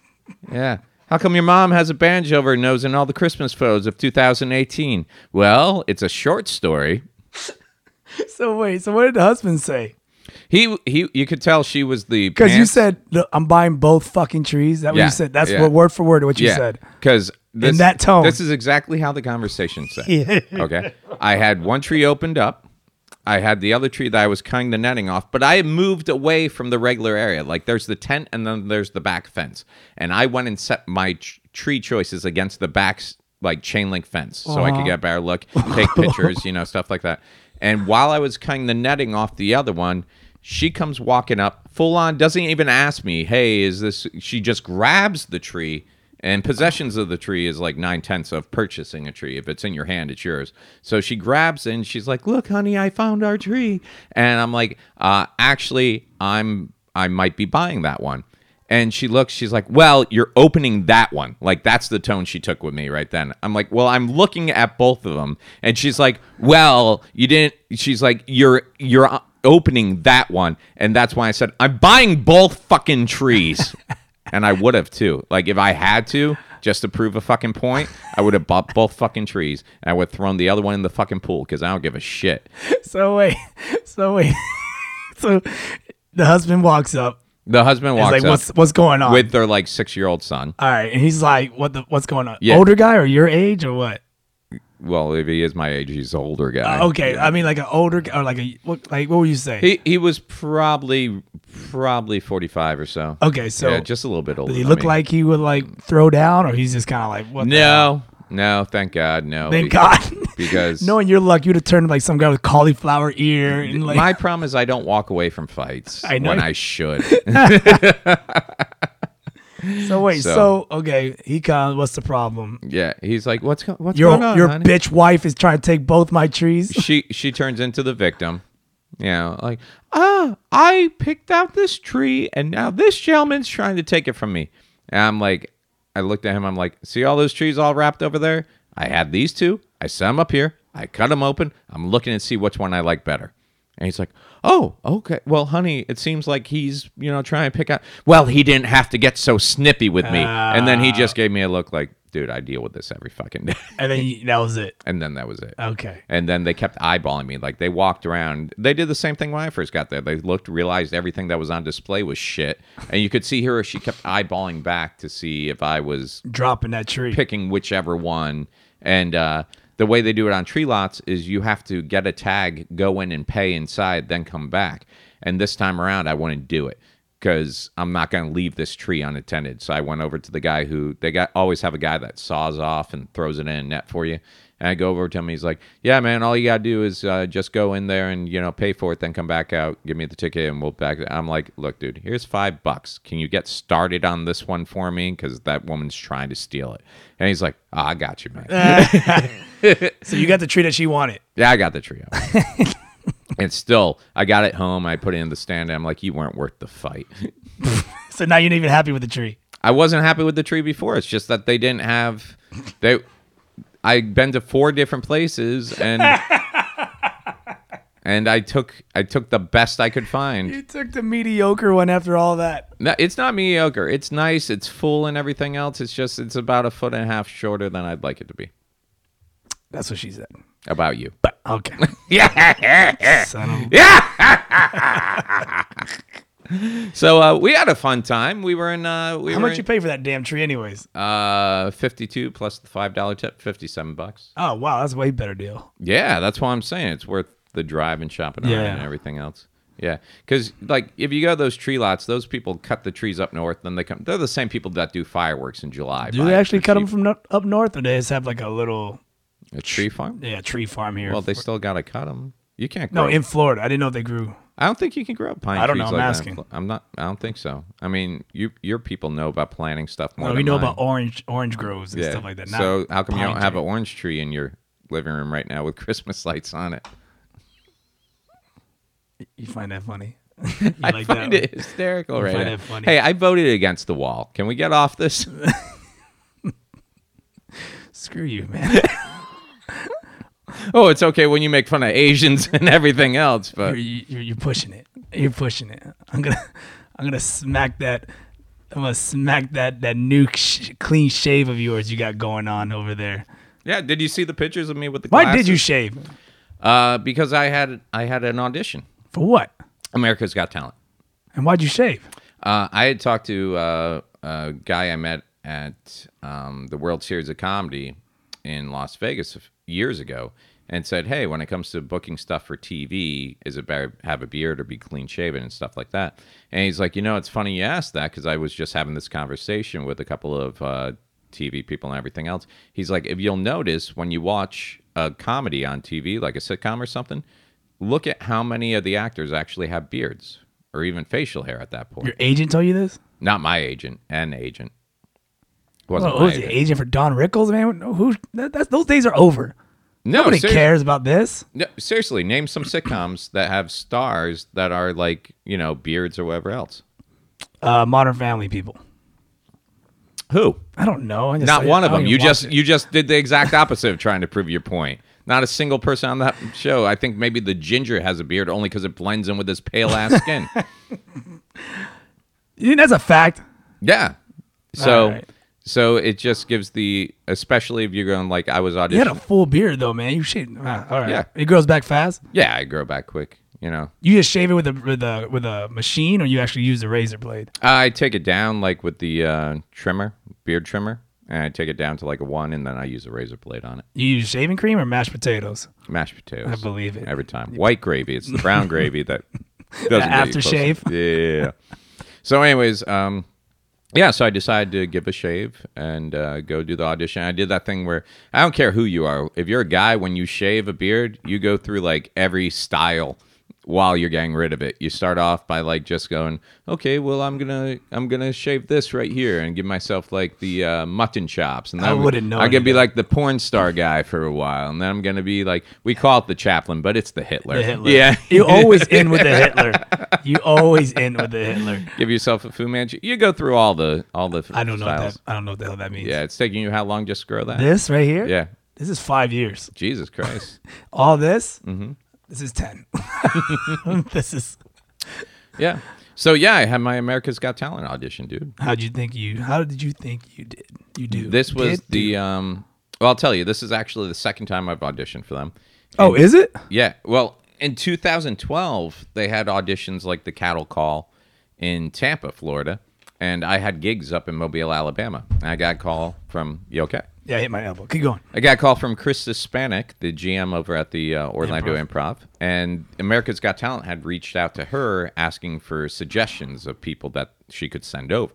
Speaker 2: yeah. How come your mom has a banjo over her nose in all the Christmas photos of 2018? Well, it's a short story.
Speaker 1: So wait. So what did the husband say?
Speaker 2: He he you could tell she was the
Speaker 1: Because you
Speaker 2: pants-
Speaker 1: said "Look, I'm buying both fucking trees. That what
Speaker 2: Yeah,
Speaker 1: you said. That's
Speaker 2: yeah.
Speaker 1: what word for word what you said.
Speaker 2: Because
Speaker 1: that tone.
Speaker 2: this is exactly how the conversation said. Okay, I had one tree opened up. I had the other tree that I was cutting the netting off, but I had moved away from the regular area. Like there's the tent and then there's the back fence, and I went and set my tr- tree choices against the back s- like chain link fence so
Speaker 1: Uh-huh.
Speaker 2: I could get a better look, take pictures, you know, stuff like that. And while I was cutting the netting off the other one, she comes walking up full on, doesn't even ask me, hey, is this? She just grabs the tree. And possessions of the tree is like nine tenths of purchasing a tree. If it's in your hand, it's yours. So she grabs it and she's like, "Look, honey, I found our tree." And I'm like, uh, "Actually, I'm I might be buying that one." And she looks. She's like, "Well, you're opening that one." Like that's the tone she took with me right then. I'm like, "Well, I'm looking at both of them." And she's like, "Well, you didn't." She's like, "You're you're uh, opening that one," and that's why I said, "I'm buying both fucking trees." and I would have too. Like if I had to, just to prove a fucking point, I would have bought both fucking trees. And I would have thrown the other one in the fucking pool because I don't give a shit.
Speaker 1: So wait, so wait, so the husband walks up.
Speaker 2: The husband
Speaker 1: He's
Speaker 2: walks
Speaker 1: like,
Speaker 2: up
Speaker 1: "What's what's going on?"
Speaker 2: with their like six year old son.
Speaker 1: All right, and he's like, "What the what's going on?
Speaker 2: Yeah.
Speaker 1: Older guy or your age or what?"
Speaker 2: Well, if he is my age, he's an older guy.
Speaker 1: Uh, Okay, I mean like an older guy or like a what? Like what were you saying?
Speaker 2: He he was probably probably forty five or so.
Speaker 1: okay, so
Speaker 2: yeah, just a little bit older.
Speaker 1: does he
Speaker 2: than
Speaker 1: look
Speaker 2: me.
Speaker 1: like he would like throw down, or he's just kind of like what? the-
Speaker 2: No, no, thank God, no.
Speaker 1: thank
Speaker 2: Be-
Speaker 1: God.
Speaker 2: Because
Speaker 1: Knowing your luck, you'd have turned like some guy with cauliflower ear and like
Speaker 2: my problem is I don't walk away from fights
Speaker 1: I know.
Speaker 2: when I should.
Speaker 1: So wait, so,
Speaker 2: So-
Speaker 1: okay, he comes. What's the problem?
Speaker 2: yeah, he's like, what's go- what's
Speaker 1: Your
Speaker 2: going on?
Speaker 1: your
Speaker 2: honey?
Speaker 1: bitch wife is trying to take both my trees.
Speaker 2: she she turns into the victim. You know, like, ah, I picked out this tree and now this gentleman's trying to take it from me. And I'm like, I looked at him, I'm like, see all those trees all wrapped over there? I had these two, I set them up here, I cut them open, I'm looking to see which one I like better. And he's like, oh, okay. Well, honey, it seems like he's, you know, trying to pick out. Well, he didn't have to get so snippy with me. and then he just gave me a look like, dude, I deal with this every fucking day.
Speaker 1: And then you, that was it.
Speaker 2: and then that was it.
Speaker 1: Okay.
Speaker 2: And then they kept eyeballing me. Like they walked around. They did the same thing when I first got there. They looked, realized everything that was on display was shit. And you could see her, she kept eyeballing back to see if I was
Speaker 1: Dropping that tree.
Speaker 2: picking whichever one. And uh, the way they do it on tree lots is you have to get a tag, go in and pay inside, then come back. And this time around, I wouldn't do it because I'm not going to leave this tree unattended. So I went over to the guy who they got always have a guy that saws off and throws it in a net for you. And I go over to him. He's like, "Yeah, man. All you gotta do is uh, just go in there and you know pay for it, then come back out, give me the ticket, and we'll back." I'm like, "Look, dude, here's five bucks. Can you get started on this one for me? Because that woman's trying to steal it." And he's like, oh, "I got you, man.
Speaker 1: so you got the tree that she wanted.
Speaker 2: yeah, I got the trio." and still, I got it home. I put it in the stand. And I'm like, "You weren't worth the fight."
Speaker 1: So now you're not even happy with the tree.
Speaker 2: I wasn't happy with the tree before. It's just that they didn't have they. I've been to four different places and and I took I took the best I could find.
Speaker 1: You took the mediocre one after all that.
Speaker 2: No, it's not mediocre. It's nice. It's full and everything else. It's just it's about a foot and a half shorter than I'd like it to be.
Speaker 1: That's what she said.
Speaker 2: About you.
Speaker 1: But okay. Son of a-
Speaker 2: So uh, we had a fun time. We were in uh, we
Speaker 1: How
Speaker 2: were
Speaker 1: much you
Speaker 2: in,
Speaker 1: pay for that damn tree, anyways?
Speaker 2: uh fifty two plus the five dollar tip, fifty seven bucks.
Speaker 1: Oh wow, that's a way better deal.
Speaker 2: Yeah, that's why I'm saying it's worth the drive and shopping around
Speaker 1: Yeah.
Speaker 2: and everything else. Yeah, because like if you go to those tree lots, those people cut the trees up north. Then they come. They're the same people that do fireworks in July.
Speaker 1: Do
Speaker 2: buy
Speaker 1: they
Speaker 2: it
Speaker 1: actually
Speaker 2: for
Speaker 1: cut them
Speaker 2: cheap.
Speaker 1: from no- up north, or they just have like a little
Speaker 2: a tree farm?
Speaker 1: yeah tree farm here?
Speaker 2: Well, they still gotta cut them. You can't. Grow.
Speaker 1: no in Florida. I didn't know they grew.
Speaker 2: I don't think you can grow pine.
Speaker 1: I don't know,
Speaker 2: trees
Speaker 1: I'm
Speaker 2: like that.
Speaker 1: asking.
Speaker 2: I'm not. I don't think so. I mean, you your people know about planting stuff more.
Speaker 1: Well,
Speaker 2: than
Speaker 1: we know
Speaker 2: mine.
Speaker 1: about orange orange groves and stuff like that. Not
Speaker 2: so how come you
Speaker 1: pine
Speaker 2: don't have
Speaker 1: tree.
Speaker 2: an orange tree in your living room right now with Christmas lights on it?
Speaker 1: You find that funny? You like that
Speaker 2: find
Speaker 1: one?
Speaker 2: it hysterical right
Speaker 1: find
Speaker 2: now.
Speaker 1: it funny.
Speaker 2: Hey, I voted against the wall. Can we get off this?
Speaker 1: Screw you, man.
Speaker 2: oh, it's okay when you make fun of Asians and everything else, but
Speaker 1: you're, you're, you're pushing it. You're pushing it. I'm gonna I'm gonna smack that. I'm gonna smack that that new sh- clean shave of yours you got going on over there.
Speaker 2: yeah. Did you see the pictures of me with the?
Speaker 1: Why did you
Speaker 2: glasses?
Speaker 1: shave?
Speaker 2: uh, because I had I had an audition.
Speaker 1: For what?
Speaker 2: America's Got Talent.
Speaker 1: And why'd you shave?
Speaker 2: Uh, I had talked to uh, a guy I met at um, the World Series of Comedy in Las Vegas f- years ago, and said, "Hey, when it comes to booking stuff for TV, is it better have a beard or be clean shaven and stuff like that?" And he's like, "You know, it's funny you asked that because I was just having this conversation with a couple of uh, TV people and everything else." He's like, "If you'll notice when you watch a comedy on TV, like a sitcom or something." Look at how many of the actors actually have beards or even facial hair at that point.
Speaker 1: Your agent told you this?
Speaker 2: Not my agent, an agent. Wasn't
Speaker 1: Well,
Speaker 2: my
Speaker 1: Oh, who's the
Speaker 2: agent.
Speaker 1: agent for Don Rickles, man? Who? That, that's, those days are over.
Speaker 2: No,
Speaker 1: Nobody
Speaker 2: seri-
Speaker 1: cares about this.
Speaker 2: no, seriously, name some sitcoms that have stars that are like, you know, beards or whatever else.
Speaker 1: Uh, Modern Family people.
Speaker 2: Who?
Speaker 1: I don't know. I just-
Speaker 2: Not
Speaker 1: I-
Speaker 2: one
Speaker 1: I
Speaker 2: of
Speaker 1: don't
Speaker 2: them.
Speaker 1: even
Speaker 2: You
Speaker 1: watch
Speaker 2: just
Speaker 1: it.
Speaker 2: you just did the exact opposite of trying to prove your point. Not a single person on that show. I think maybe the ginger has a beard only because it blends in with his pale ass skin.
Speaker 1: You think that's a fact.
Speaker 2: yeah. So
Speaker 1: All right.
Speaker 2: So it just gives the, especially if you're going like I was auditioning.
Speaker 1: You had a full beard though, man. You shaved. ah, all right.
Speaker 2: Yeah.
Speaker 1: It grows back fast.
Speaker 2: yeah, I grow back quick. You know,
Speaker 1: You just shave it with a with a with a machine, or you actually use a razor blade.
Speaker 2: I take it down like with the uh, trimmer, beard trimmer, and I take it down to like a one, and then I use a razor blade on it.
Speaker 1: You use shaving cream or mashed potatoes.
Speaker 2: Mashed potatoes.
Speaker 1: I believe it.
Speaker 2: every time. White gravy. It's the brown gravy that doesn't get you close.
Speaker 1: aftershave.
Speaker 2: Yeah. so, anyways, um, yeah. So I decided to give a shave and uh, go do the audition. I did that thing where I don't care who you are. If you're a guy, when you shave a beard, you go through like every style while you're getting rid of it. You start off by like just going, okay, well, I'm gonna I'm gonna shave this right here and give myself like the uh, mutton chops. And
Speaker 1: I
Speaker 2: then
Speaker 1: wouldn't know
Speaker 2: I'm
Speaker 1: any
Speaker 2: gonna
Speaker 1: of
Speaker 2: be
Speaker 1: that.
Speaker 2: like the porn star guy for a while, and then I'm gonna be like we call it the chaplain, but it's the Hitler.
Speaker 1: The Hitler.
Speaker 2: Yeah.
Speaker 1: You always end with the Hitler. You always end with the Hitler.
Speaker 2: Give yourself a Fu Manchu. You go through all the all the.
Speaker 1: I don't know what
Speaker 2: styles.
Speaker 1: that. I don't know what the hell that means.
Speaker 2: Yeah, it's taking you how long just to grow that?
Speaker 1: This right here.
Speaker 2: Yeah.
Speaker 1: This is five years.
Speaker 2: Jesus Christ.
Speaker 1: All this. Mm-hmm. This is ten. this is.
Speaker 2: yeah. So yeah, I had my America's Got Talent audition, dude.
Speaker 1: How would you think you? How did you think you did? You do.
Speaker 2: This was
Speaker 1: Did do.
Speaker 2: the um. Well, I'll tell you, this is actually the second time I've auditioned for them.
Speaker 1: Oh, is it?
Speaker 2: Yeah. Well, in 2012, they had auditions like the Cattle Call in Tampa, Florida, and I had gigs up in Mobile, Alabama. And I got a call from you okay?
Speaker 1: Yeah, I hit my elbow. Keep going.
Speaker 2: I got a call from Chris Hispanic, the GM over at the uh, Orlando Improv. and America's Got Talent had reached out to her asking for suggestions of people that she could send over.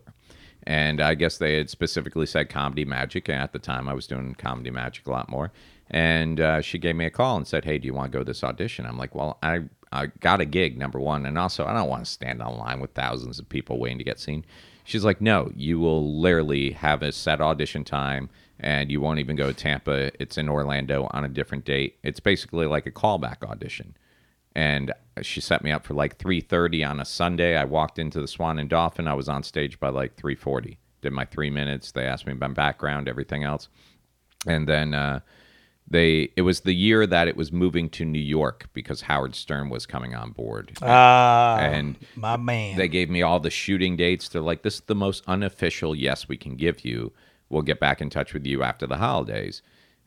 Speaker 2: And I guess they had specifically said comedy magic. And at the time, I was doing comedy magic a lot more. And uh, she gave me a call and said, "Hey, do you want to go to this audition?" I'm like, "Well, I I got a gig, number one, and also I don't want to stand on line with thousands of people waiting to get seen." She's like, "No, you will literally have a set audition time." and you won't even go to Tampa. It's in Orlando on a different date. It's basically like a callback audition. And she set me up for like 3:30 on a Sunday. I walked into the Swan and Dolphin. I was on stage by like 3:40. Did my 3 minutes. They asked me about background, everything else. And then uh they it was the year that it was moving to New York because Howard Stern was coming on board.
Speaker 1: Ah,
Speaker 2: And
Speaker 1: my man.
Speaker 2: they gave me all the shooting dates. They're like, this is the most unofficial yes we can give you. We'll get back in touch with you after the holidays.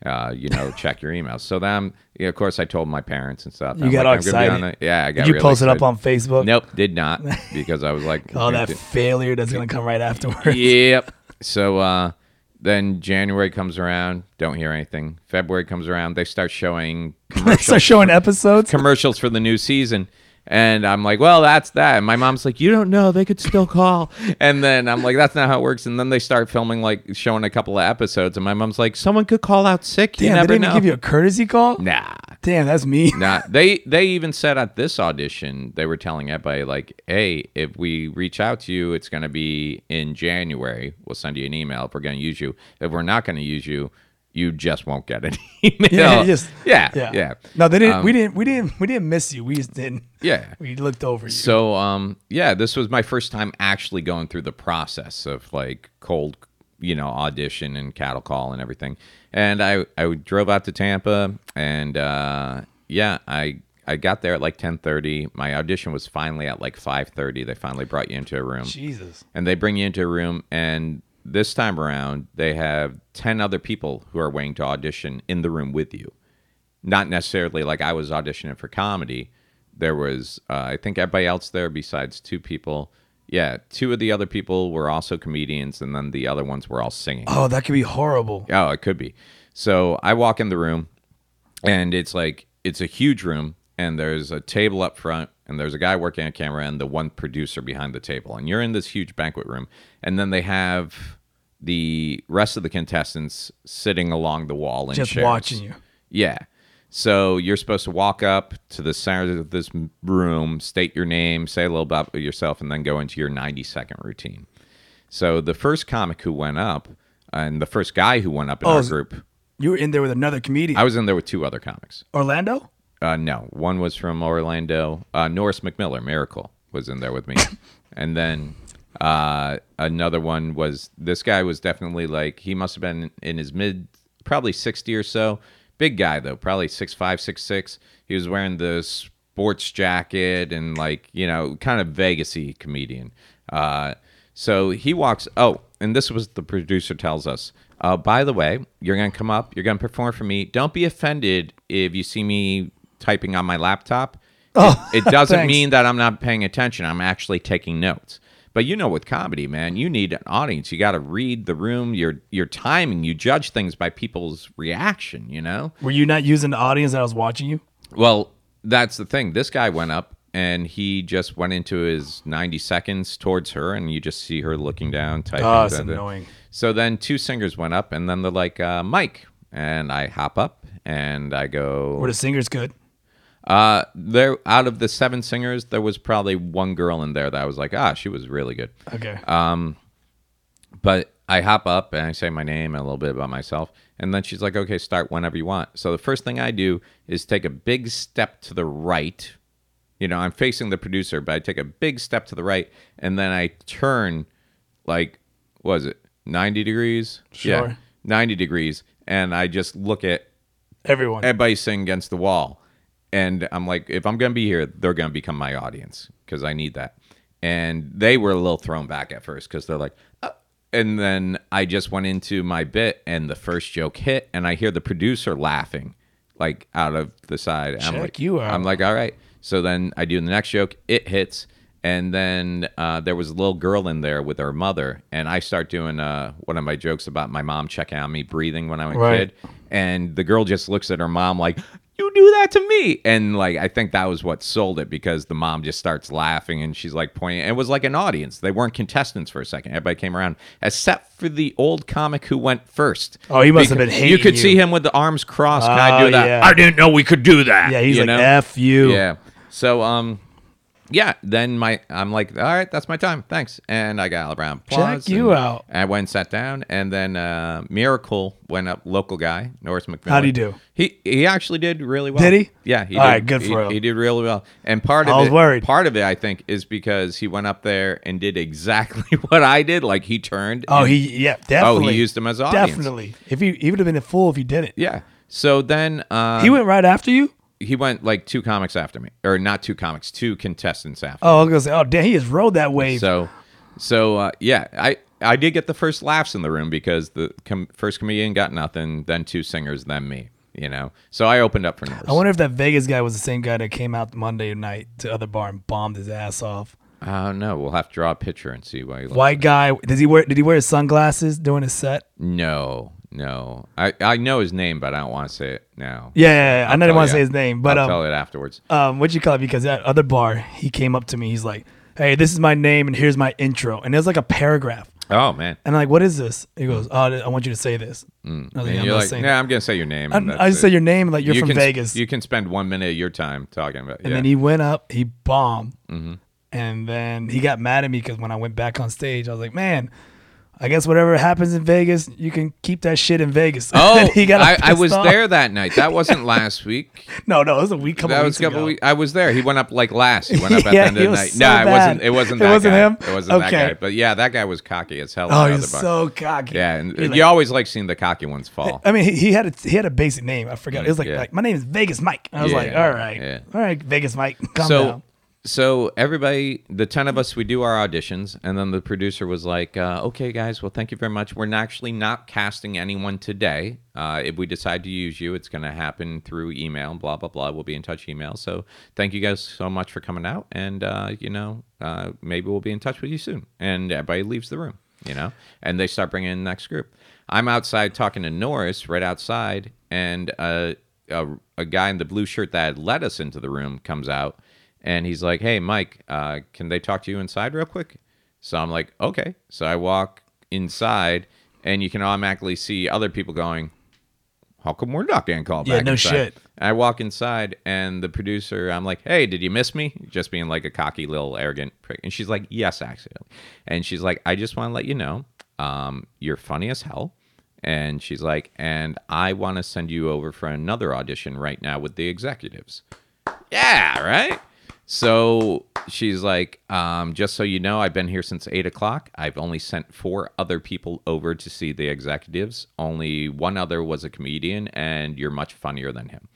Speaker 2: Uh, you know, check your emails. So then, I'm- yeah, of course, I told my parents and stuff.
Speaker 1: You
Speaker 2: I'm
Speaker 1: got all
Speaker 2: like, I'm gonna be on
Speaker 1: excited.
Speaker 2: the- yeah, I got.
Speaker 1: did you
Speaker 2: really
Speaker 1: post it up
Speaker 2: excited.
Speaker 1: on Facebook?
Speaker 2: Nope, did not because I was like,
Speaker 1: All that
Speaker 2: "Yeah,
Speaker 1: failure that's gonna come right afterwards.
Speaker 2: yep. So uh, then January comes around, don't hear anything. February comes around, they start showing
Speaker 1: They start showing episodes.
Speaker 2: commercials for the new season. And I'm like, well, that's that. And my mom's like, you don't know, they could still call. And then I'm like, that's not how it works. And then they start filming, like showing a couple of episodes. And my mom's like, someone could call out sick. You
Speaker 1: Damn,
Speaker 2: never
Speaker 1: they didn't
Speaker 2: know.
Speaker 1: even give you a courtesy call.
Speaker 2: nah,
Speaker 1: Damn, that's me.
Speaker 2: nah. They they even said at this audition, they were telling everybody like, hey, if we reach out to you, it's gonna be in January. We'll send you an email if we're gonna use you. If we're not gonna use you, you just won't get an email.
Speaker 1: Yeah, you just-
Speaker 2: yeah, yeah.
Speaker 1: No, they didn't.
Speaker 2: Um,
Speaker 1: we didn't. We didn't. We didn't miss you. We just didn't.
Speaker 2: Yeah.
Speaker 1: We looked over you.
Speaker 2: So um yeah, this was my first time actually going through the process of like cold, you know, audition and cattle call and everything. And I I drove out to Tampa and uh yeah, I I got there at like 10:30. My audition was finally at like 5:30. They finally brought you into a room
Speaker 1: Jesus.
Speaker 2: and they bring you into a room and this time around they have 10 other people who are waiting to audition in the room with you not necessarily like i was auditioning for comedy there was uh, i think everybody else there besides two people yeah two of the other people were also comedians and then the other ones were all singing
Speaker 1: Oh, that could be horrible.
Speaker 2: Oh, it could be. So I walk in the room, and it's like it's a huge room, and there's a table up front, and there's a guy working a camera, and the one producer behind the table, and you're in this huge banquet room, and then they have the rest of the contestants sitting along the wall and
Speaker 1: Just
Speaker 2: chairs.
Speaker 1: watching you.
Speaker 2: Yeah. So you're supposed to walk up to the center of this m- room, state your name, say a little about yourself, and then go into your 90 second routine. So the first comic who went up and the first guy who went up in
Speaker 1: Oh,
Speaker 2: our
Speaker 1: so-
Speaker 2: group,
Speaker 1: You were in there with another comedian.
Speaker 2: I was in there with two other comics.
Speaker 1: Orlando.
Speaker 2: Uh, no, one was from Orlando. Uh, Norris McMiller, Miracle, was in there with me, and then uh, another one was this guy was definitely like he must have been in his mid, probably sixty or so. Big guy though, probably six five, six six. He was wearing the sports jacket and like you know, kind of Vegasy comedian. Uh, So he walks. Oh, and this was the producer tells us. Uh, by the way, you're gonna come up. You're gonna perform for me. Don't be offended if you see me typing on my laptop.
Speaker 1: Oh,
Speaker 2: It doesn't
Speaker 1: thanks.
Speaker 2: mean that I'm not paying attention. I'm actually taking notes. But you know, with comedy, man, you need an audience. You got to read the room. Your your timing. You judge things by people's reaction. You know.
Speaker 1: Were you not using the audience that I was watching you?
Speaker 2: Well, that's the thing. This guy went up and he just went into his 90 seconds towards her, and you just see her looking down, typing.
Speaker 1: Oh, it's
Speaker 2: da- da-
Speaker 1: annoying.
Speaker 2: So then two singers went up, and then they're like, uh, Mike. And I hop up and I go.
Speaker 1: Were the singers good?
Speaker 2: Uh, there out of the seven singers, there was probably one girl in there that I was like, ah, she was really good.
Speaker 1: Okay.
Speaker 2: Uh, But I hop up and I say my name and a little bit about myself, and then she's like, okay, start whenever you want. So the first thing I do is take a big step to the right. You know, I'm facing the producer, but I take a big step to the right, and then I turn, like, what was it 90 degrees? Yeah,
Speaker 1: Sure.
Speaker 2: 90 degrees, and I just look at
Speaker 1: Everyone.
Speaker 2: everybody's sitting against the wall. And I'm like, if I'm going to be here, they're going to become my audience because I need that. And they were a little thrown back at first because they're like, oh. and then I just went into my bit and the first joke hit, and I hear the producer laughing like out of the side. I'm
Speaker 1: Check
Speaker 2: like,
Speaker 1: you out.
Speaker 2: I'm like, all right. So then I do the next joke, it hits. And then uh, there was a little girl in there with her mother, and I start doing uh, one of my jokes about my mom checking on me breathing when I'm a
Speaker 1: Right.
Speaker 2: kid and the girl just looks at her mom like you do that to me and like i think that was what sold it because the mom just starts laughing and she's like pointing it was like an audience they weren't contestants for a second everybody came around except for the old comic who went first
Speaker 1: Oh, he must have
Speaker 2: Because
Speaker 1: been hating
Speaker 2: you could see
Speaker 1: you.
Speaker 2: him with the arms crossed can i
Speaker 1: Oh,
Speaker 2: do that
Speaker 1: yeah.
Speaker 2: i didn't know we could do that
Speaker 1: yeah, he's
Speaker 2: you
Speaker 1: like,
Speaker 2: know?
Speaker 1: F you.
Speaker 2: yeah so um yeah, then my I'm like, all right, that's my time, thanks, and I got a round of applause.
Speaker 1: Check you
Speaker 2: and
Speaker 1: out.
Speaker 2: I went and sat down, and then uh, Miracle went up, local guy, Norris McMillan.
Speaker 1: How'd he do?
Speaker 2: He he actually did really well.
Speaker 1: Did he?
Speaker 2: Yeah, he
Speaker 1: All
Speaker 2: did.
Speaker 1: right, good
Speaker 2: He-
Speaker 1: for him.
Speaker 2: He did really well, and part of
Speaker 1: I was
Speaker 2: it,
Speaker 1: worried.
Speaker 2: part of it, I think, is because he went up there and did exactly what I did. Like he turned.
Speaker 1: Oh,
Speaker 2: and-
Speaker 1: he yeah, definitely.
Speaker 2: used him as audience.
Speaker 1: Definitely. If he he would have been a fool if you didn't.
Speaker 2: yeah. So then um,
Speaker 1: He went right after you.
Speaker 2: he went like two comics after me, or not two comics, two contestants after.
Speaker 1: Oh, I was gonna say, oh damn, he has rode that wave.
Speaker 2: So, so uh, yeah, I I did get the first laughs in the room because the com- first comedian got nothing, then two singers, then me. You know, so I opened up for Norris.
Speaker 1: I wonder if that Vegas guy was the same guy that came out Monday night to other bar and bombed his ass off.
Speaker 2: I don't know. Uh, We'll have to draw a picture and see why. He looks-
Speaker 1: White guy. Does he wear? Did he wear his sunglasses during his set?
Speaker 2: No, no. I I know his name, but I don't want to say it now.
Speaker 1: Yeah, yeah, yeah. I know they
Speaker 2: I'll
Speaker 1: want to
Speaker 2: tell
Speaker 1: say
Speaker 2: ya.
Speaker 1: his name, but
Speaker 2: Oh, I'll
Speaker 1: um,
Speaker 2: tell it afterwards.
Speaker 1: um, what you call it? Because at other bar, he came up to me. He's like, "Hey, this is my name, and here's my intro." And there's like a paragraph,
Speaker 2: Oh man.
Speaker 1: and I'm like, "What is this?" He goes, "Oh, I want you to say this." Mm. I was like,
Speaker 2: And
Speaker 1: "I'm
Speaker 2: you're
Speaker 1: not
Speaker 2: like,
Speaker 1: saying."
Speaker 2: yeah, I'm gonna say your name. and
Speaker 1: I
Speaker 2: that's
Speaker 1: just say
Speaker 2: it."
Speaker 1: your name, like you're
Speaker 2: You
Speaker 1: from
Speaker 2: can s-
Speaker 1: Vegas.
Speaker 2: You can spend one minute of your time talking about.
Speaker 1: And
Speaker 2: yeah. Mm-hmm.
Speaker 1: then he went up, he bombed, and then he got mad at me because when I went back on stage, I was like, "Man, I guess whatever happens in Vegas, you can keep that shit in Vegas."
Speaker 2: Oh,
Speaker 1: And he got all
Speaker 2: I, I
Speaker 1: pissed
Speaker 2: was
Speaker 1: off.
Speaker 2: there that night. That wasn't last week.
Speaker 1: No, no, it was a week. Couple
Speaker 2: That
Speaker 1: weeks
Speaker 2: was a couple
Speaker 1: ago.
Speaker 2: weeks. I was there. He went up like last. He went up at
Speaker 1: Yeah,
Speaker 2: the end of
Speaker 1: he
Speaker 2: the
Speaker 1: was
Speaker 2: night.
Speaker 1: so
Speaker 2: no, it wasn't.
Speaker 1: bad.
Speaker 2: It wasn't.
Speaker 1: It
Speaker 2: That
Speaker 1: wasn't
Speaker 2: guy.
Speaker 1: him?
Speaker 2: It wasn't
Speaker 1: Okay.
Speaker 2: that guy. But yeah, that guy was cocky as hell.
Speaker 1: Oh,
Speaker 2: at
Speaker 1: he's
Speaker 2: the bar.
Speaker 1: so cocky.
Speaker 2: Yeah, and
Speaker 1: He's
Speaker 2: you
Speaker 1: like-
Speaker 2: always like seeing the cocky ones fall.
Speaker 1: I mean, he, he had a he had a basic name. I forgot. It was like,
Speaker 2: yeah.
Speaker 1: like my name is Vegas Mike. And I was like,
Speaker 2: Yeah,
Speaker 1: all right,
Speaker 2: yeah.
Speaker 1: all right, Vegas Mike, calm
Speaker 2: so,
Speaker 1: down.
Speaker 2: so everybody, the ten of us, we do our auditions, and then the producer was like, uh, "Okay, guys, well, thank you very much. We're not- actually not casting anyone today. Uh, if we decide to use you, it's going to happen through email. Blah blah blah. We'll be in touch email. So, thank you guys so much for coming out, and uh, you know, uh, maybe we'll be in touch with you soon." And everybody leaves the room, you know, and they start bringing in the next group. I'm outside talking to Norris, right outside, and uh, a, a guy in the blue shirt that had led us into the room comes out and he's like, "Hey, Mike, uh, can they talk to you inside real quick?" So I'm like, "Okay." So I walk inside, and you can automatically see other people going, "How come we're not getting called
Speaker 1: Yeah,
Speaker 2: back?"
Speaker 1: no
Speaker 2: inside?
Speaker 1: shit.
Speaker 2: I walk inside, and the producer, I'm like, "Hey, did you miss me?" Just being like a cocky little arrogant prick, and she's like, "Yes, accidentally," and she's like, "I just want to let you know, um, you're funny as hell." And she's like, and I want to send you over for another audition right now with the executives. Yeah, right. So she's like, um, just so you know, I've been here since eight o'clock. I've only sent four other people over to see the executives. Only one other was a comedian, and you're much funnier than him.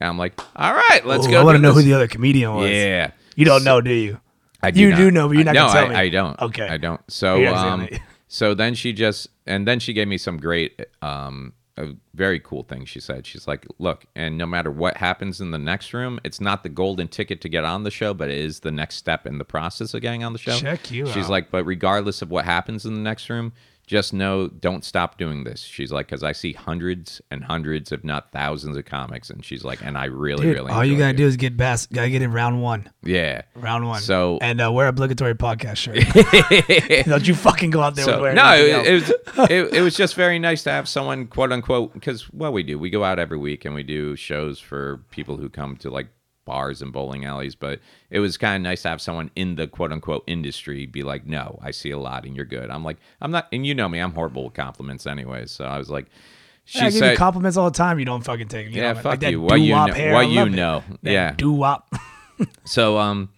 Speaker 2: And I'm like, all right, let's
Speaker 1: Ooh,
Speaker 2: go.
Speaker 1: Oh, I want to
Speaker 2: do
Speaker 1: know who
Speaker 2: this."
Speaker 1: the other comedian was.
Speaker 2: Yeah.
Speaker 1: you don't know, do you?
Speaker 2: I do
Speaker 1: You
Speaker 2: not.
Speaker 1: do know, but you're not
Speaker 2: no,
Speaker 1: gonna tell
Speaker 2: I,
Speaker 1: me.
Speaker 2: I don't.
Speaker 1: Okay.
Speaker 2: I don't. So,
Speaker 1: You're not saying
Speaker 2: um,
Speaker 1: it.
Speaker 2: so then she just, and then she gave me some great, um, a very cool thing she said. She's like, look, and no matter what happens in the next room, it's not the golden ticket to get on the show, but it is the next step in the process of getting on the show.
Speaker 1: Check you
Speaker 2: She's
Speaker 1: out.
Speaker 2: like, but regardless of what happens in the next room, just know, don't stop doing this. She's like, because I see hundreds and hundreds, if not thousands, of comics, and she's like, and I really,
Speaker 1: Dude,
Speaker 2: really.
Speaker 1: all you
Speaker 2: enjoy
Speaker 1: gotta do is get bass. Gotta get in round one.
Speaker 2: yeah,
Speaker 1: Round one.
Speaker 2: So
Speaker 1: and uh, wear obligatory podcast shirt. Don't you fucking go out there with
Speaker 2: So,
Speaker 1: wearing
Speaker 2: no,
Speaker 1: anything else.
Speaker 2: it, it was it, it was just very nice to have someone quote unquote because what we do we go out every week and we do shows for people who come to like bars and bowling alleys, but it was kind of nice to have someone in the quote unquote industry be like, no, I see a lot and you're good. I'm like, I'm not, and you know me, I'm horrible with compliments anyway. So I was like, she
Speaker 1: Yeah, I give
Speaker 2: said,
Speaker 1: you compliments all the time. You don't fucking take them.
Speaker 2: Yeah,
Speaker 1: know,
Speaker 2: fuck
Speaker 1: that
Speaker 2: you. What you
Speaker 1: doo-wop
Speaker 2: know-
Speaker 1: hair,
Speaker 2: what
Speaker 1: I
Speaker 2: you
Speaker 1: love it.
Speaker 2: know.
Speaker 1: That
Speaker 2: Yeah.
Speaker 1: doo-wop.
Speaker 2: So um,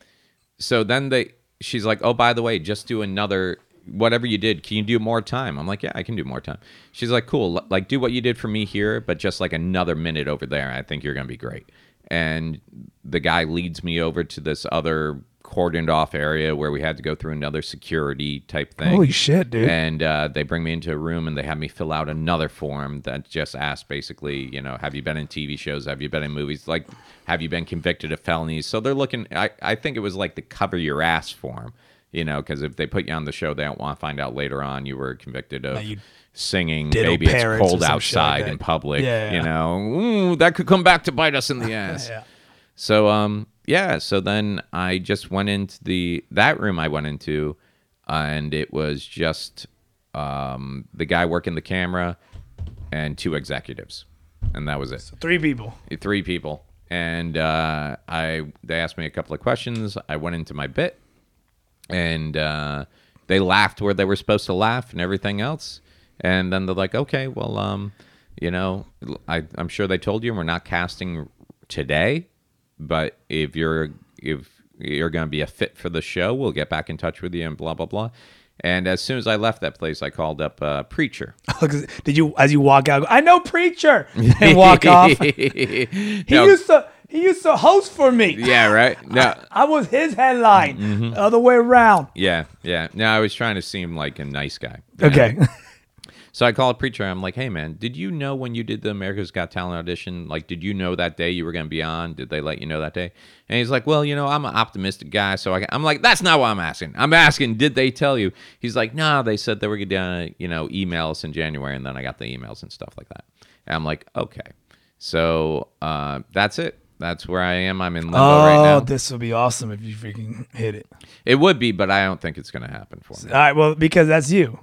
Speaker 2: so then they she's like, oh by the way, just do another whatever you did. Can you do more time? I'm like, yeah, I can do more time. She's like, cool. L- Like do what you did for me here, but just like another minute over there. I think you're gonna be great. And the guy leads me over to this other cordoned off area where we had to go through another security type thing.
Speaker 1: Holy shit, dude.
Speaker 2: And uh, they bring me into a room and they have me fill out another form that just asks basically, you know, have you been in TV shows? Have you been in movies? Like, have you been convicted of felonies? So they're looking, I, I think it was like the cover your ass form, you know, because if they put you on the show, they don't want to find out later on you were convicted of
Speaker 1: That you
Speaker 2: singing
Speaker 1: diddle
Speaker 2: Baby It's
Speaker 1: parrots or
Speaker 2: Cold
Speaker 1: some shit like
Speaker 2: Outside
Speaker 1: that.
Speaker 2: in public.
Speaker 1: Yeah,
Speaker 2: You
Speaker 1: yeah.
Speaker 2: know, Ooh, that could come back to bite us in the ass.
Speaker 1: Yeah.
Speaker 2: So um yeah, so then I just went into the that room I went into and it was just um the guy working the camera and two executives. And that was it.
Speaker 1: Three people.
Speaker 2: Three people. And uh I they asked me a couple of questions. I went into my bit and uh they laughed where they were supposed to laugh and everything else. And then they're like, "Okay, well um you know, I, I'm sure they told you we're not casting today, but if you're if you're going to be a fit for the show, we'll get back in touch with you and blah blah blah. And as soon as I left that place, I called up uh, preacher.
Speaker 1: 'Cause Did you as you walk out? go, I know preacher and walk off. He
Speaker 2: No,
Speaker 1: used to he used to host for me.
Speaker 2: yeah, Mm-hmm. right. No,
Speaker 1: I was his headline. Other way around.
Speaker 2: yeah, yeah. No, I was trying to seem like a nice guy.
Speaker 1: Okay.
Speaker 2: So I call a preacher. I'm like, hey, man, did you know when you did the America's Got Talent audition? Like, did you know that day you were going to be on? Did they let you know that day? And he's like, well, you know, I'm an optimistic guy. So I, I'm like, that's not what I'm asking. I'm asking, did they tell you? He's like, nah, they said they were going to, you know, email us in January. And then I got the emails and stuff like that. And I'm like, okay. So uh, that's it. That's where I am. I'm in limbo
Speaker 1: oh,
Speaker 2: right now.
Speaker 1: this would be awesome if you freaking hit it.
Speaker 2: it would be, but I don't think it's going to happen for me.
Speaker 1: All right, well, because that's you.